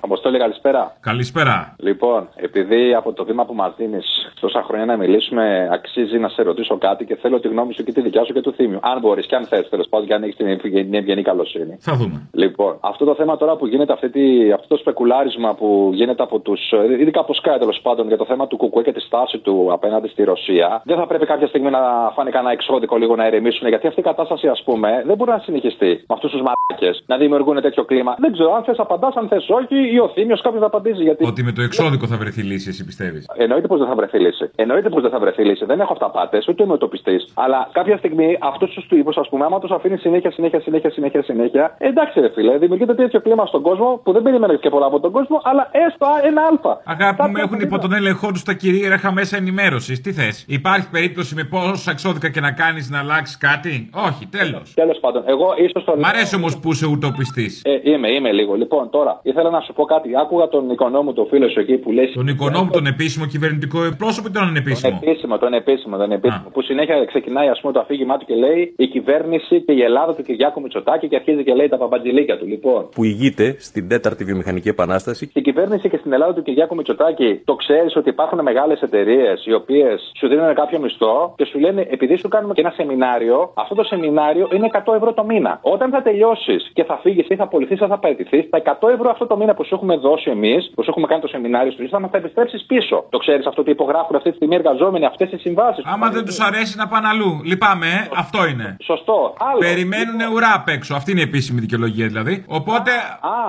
Αποστόλη, καλησπέρα.
Καλησπέρα.
Λοιπόν, επειδή από το βήμα που μας δίνεις τόσα χρόνια να μιλήσουμε, αξίζει να σε ρωτήσω κάτι και θέλω τη γνώμη σου και τη δικιά σου και του θύμιου. Αν μπορείς και αν θες, τέλος πάντων, και αν έχει την ευγενή- ευγενή καλοσύνη.
Θα δούμε.
Λοιπόν, αυτό το θέμα τώρα που γίνεται, αυτή τη, αυτό το σπεκουλάρισμα που γίνεται από τους. ειδικά από Sky τέλος πάντων για το θέμα του Κουκουέ και τη στάση του απέναντι στη Ρωσία, δεν θα πρέπει κάποια στιγμή να φάνε κανένα εξώδικο λίγο να ηρεμήσουν, γιατί αυτή η κατάσταση, ας πούμε, δεν μπορεί να συνεχιστεί με αυτούς τους μαλάκε να δημιουργούν τέτοιο κλίμα. Δεν ξέρω αν θες απαντάς, αν θες όχι, ή ο Θήμιος κάποιος θα απαντήσει. Γιατί...
Ότι με το εξώδικο θα βρεθεί λύση, εσύ πιστεύεις.
Εννοείται πως δεν θα βρεθεί λύση. Εννοείται πως δεν θα βρεθεί λύση. Δεν έχω αυταπάτες, ούτε είμαι τοπιστή. Αλλά κάποια στιγμή αυτού τους τύπους, ας πούμε, άμα τους αφήνει συνέχεια, συνέχεια, συνέχεια, συνέχεια, συνέχεια. Εντάξει, ρε φίλε, δημιουργείται τέτοιο κλίμα στον κόσμο που δεν περιμένεις και πολλά από τον κόσμο, αλλά έστω ένα αλφα.
Αγάπη μου, έχουν υπό τον έλεγχό τους τα κυρίαρχα μέσα ενημέρωσης. Τι θες, Υπάρχει περίπτωση με πόσα εξώδικα και να κάνεις να αλλάξεις κάτι. Όχι, τέλος.
Τέλος πάντων, εγώ ίσως τον.
Μ' αρέσει όμως που είσαι ουτοπιστής.
Ε, είμαι, είμαι λίγο. Λοιπόν, τώρα ήθελα να σου πω κάτι. Άκουγα τον οικονόμου, τον φίλο σου εκεί που λέει.
Τον οικονόμου, τον επίσημο κυβερνητικό πρόσωπο ή τον ανεπίσημο.
Επίσημο, τον επίσημο, τον επίσημο. Που συνέχεια ξεκινάει ας πούμε, το αφήγημά του και λέει η κυβέρνηση και η Ελλάδα του Κυριάκου Μητσοτάκη και αρχίζει και λέει τα παπαντζηλίκια του. Λοιπόν,
που ηγείται στην τέταρτη βιομηχανική επανάσταση.
Στην κυβέρνηση και στην Ελλάδα του Κυριάκου Μητσοτάκη, το ξέρεις ότι υπάρχουν μεγάλες εταιρείες οι οποίες σου δίνουν κάποιο μισθό και σου λένε επειδή σου κάνουμε και ένα σεμινάριο, αυτό το σεμινάριο είναι 100 ευρώ το μήνα. Όταν θα τελειώσεις και θα φύγεις ή θα απολυθεί ή θα παραιτηθείς, τα 100 ευρώ αυτό το μήνα που σου έχουμε δώσει εμείς, που σου έχουμε κάνει το σεμινάριο σου, θα μα τα επιστρέψεις πίσω. Το ξέρεις αυτό ότι υπογράφουν αυτή τη στιγμή οι εργαζόμενοι αυτές τι συμβάσεις.
Άμα δεν τους αρέσει να πάνε αλλού. Λυπάμαι, ε. αυτό είναι.
Σωστό. Λοιπόν.
Περιμένουν ουρά απ' έξω. Αυτή είναι η επίσημη δικαιολογία δηλαδή. Οπότε,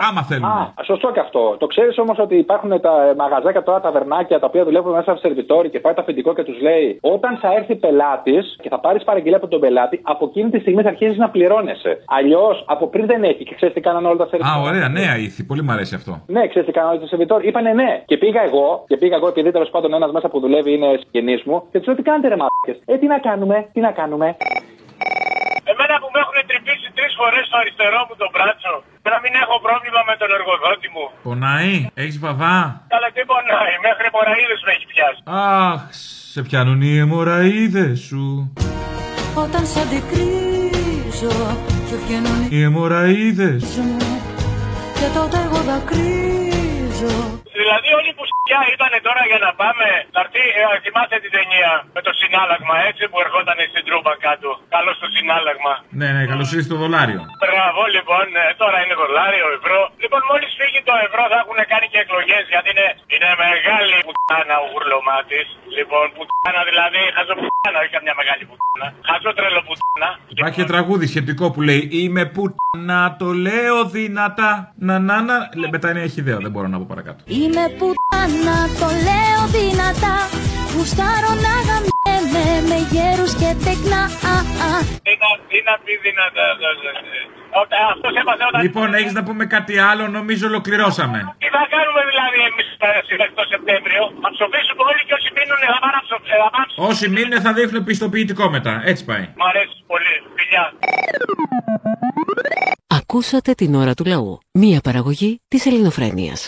άμα θέλουν.
Σωστό και αυτό. Το ξέρεις όμως ότι υπάρχουν τα ε, μαγαζάκια τώρα, τα βερνάκια τα οποία δουλεύουν μέσα σε σερβιτόρι και πάει το αφεντικό και τους λέει: Όταν θα έρθει πελάτης και θα πάρεις παραγγελία από τον πελάτη, από εκείνη τη στιγμή θα αρχίζει να πληρώνεσαι. Αλλιώς από πριν δεν έχει και ξέρεις τι κάνανε όλα τα
Α,
σερβιτόρια.
ωραία,
Ε.
νέα ήθη. Πολύ μου αρέσει αυτό.
Ναι, ξέρεις τι κάνανε όλοι τα σερβιτόρια. Είπανε ναι. Και πήγα εγώ, και πήγα εγώ επειδή τέλος πάντων ένας μέσα που δουλεύει είναι συγγενής μου και τους λέω: Τι κάνετε ρε μάρκε. Ε, τι να κάνουμε, τι να κάνουμε.
Εμένα που με έχουν τρυπήσει τρεις φορές στο αριστερό μου τον μπράτσο και να μην έχω πρόβλημα με τον εργοδότη μου.
Πονάει, έχεις βαβά.
Αλλά τι πονάει, μέχρι ποραίδε με έχει πιάσει.
Αχ, σε πιάνουν οι αιμορραίδε σου.
Όταν σ' αντικρίζω και βγαίνουν
Οι αιμορραίδε.
και τότε εγώ δακρύζω
Δηλαδή όλη η πουσιά ήταν τώρα για να πάμε να έρθει, ε, θυμάστε την ταινία με το συνάλλαγμα έτσι που ερχόταν στην τρούπα κάτω. Καλώ το συνάλλαγμα.
Ναι, ναι, καλώ ήρθε το δολάριο.
Μπράβο λοιπόν, ε, τώρα είναι δολάριο, ευρώ. Λοιπόν, μόλις φύγει το ευρώ θα έχουν κάνει και εκλογές γιατί είναι, είναι μεγάλη η πουτάνα ο γουρλωμά τη. Λοιπόν, πουτάνα δηλαδή, χαζό πουτάνα, όχι καμιά μεγάλη πουτάνα. Χαζό τρελό πουτάνα.
Υπάρχει και τραγούδι σχετικό που λέει Είμαι που να το λέω δυνατά. Να να να. Λε, Μετά είναι έχει ιδέα, δεν μπορώ να πω παρακάτω.
Είμαι πουτάνα, το λέω δυνατά Γουστάρω να γαμιέμαι με γέρους και τεκνά α, α.
Τι να- Τι να πει δυνατά, ε, αυτός έπαθε όταν.
Λοιπόν, έχεις να πούμε κάτι άλλο, νομίζω ολοκληρώσαμε.
Τι θα κάνουμε δηλαδή εμείς το Σεπτέμβριο, θα ψοφήσουμε όλοι και όσοι μείνουν θα πάνε να ψοφ- ε, θα πάνε.
Όσοι μείνουν θα δείχνουν πιστοποιητικό μετά. Έτσι πάει.
Μ' αρέσει πολύ, φιλιά.
Ακούσατε την ώρα του λαού. Μία παραγωγή της ελληνοφρένειας.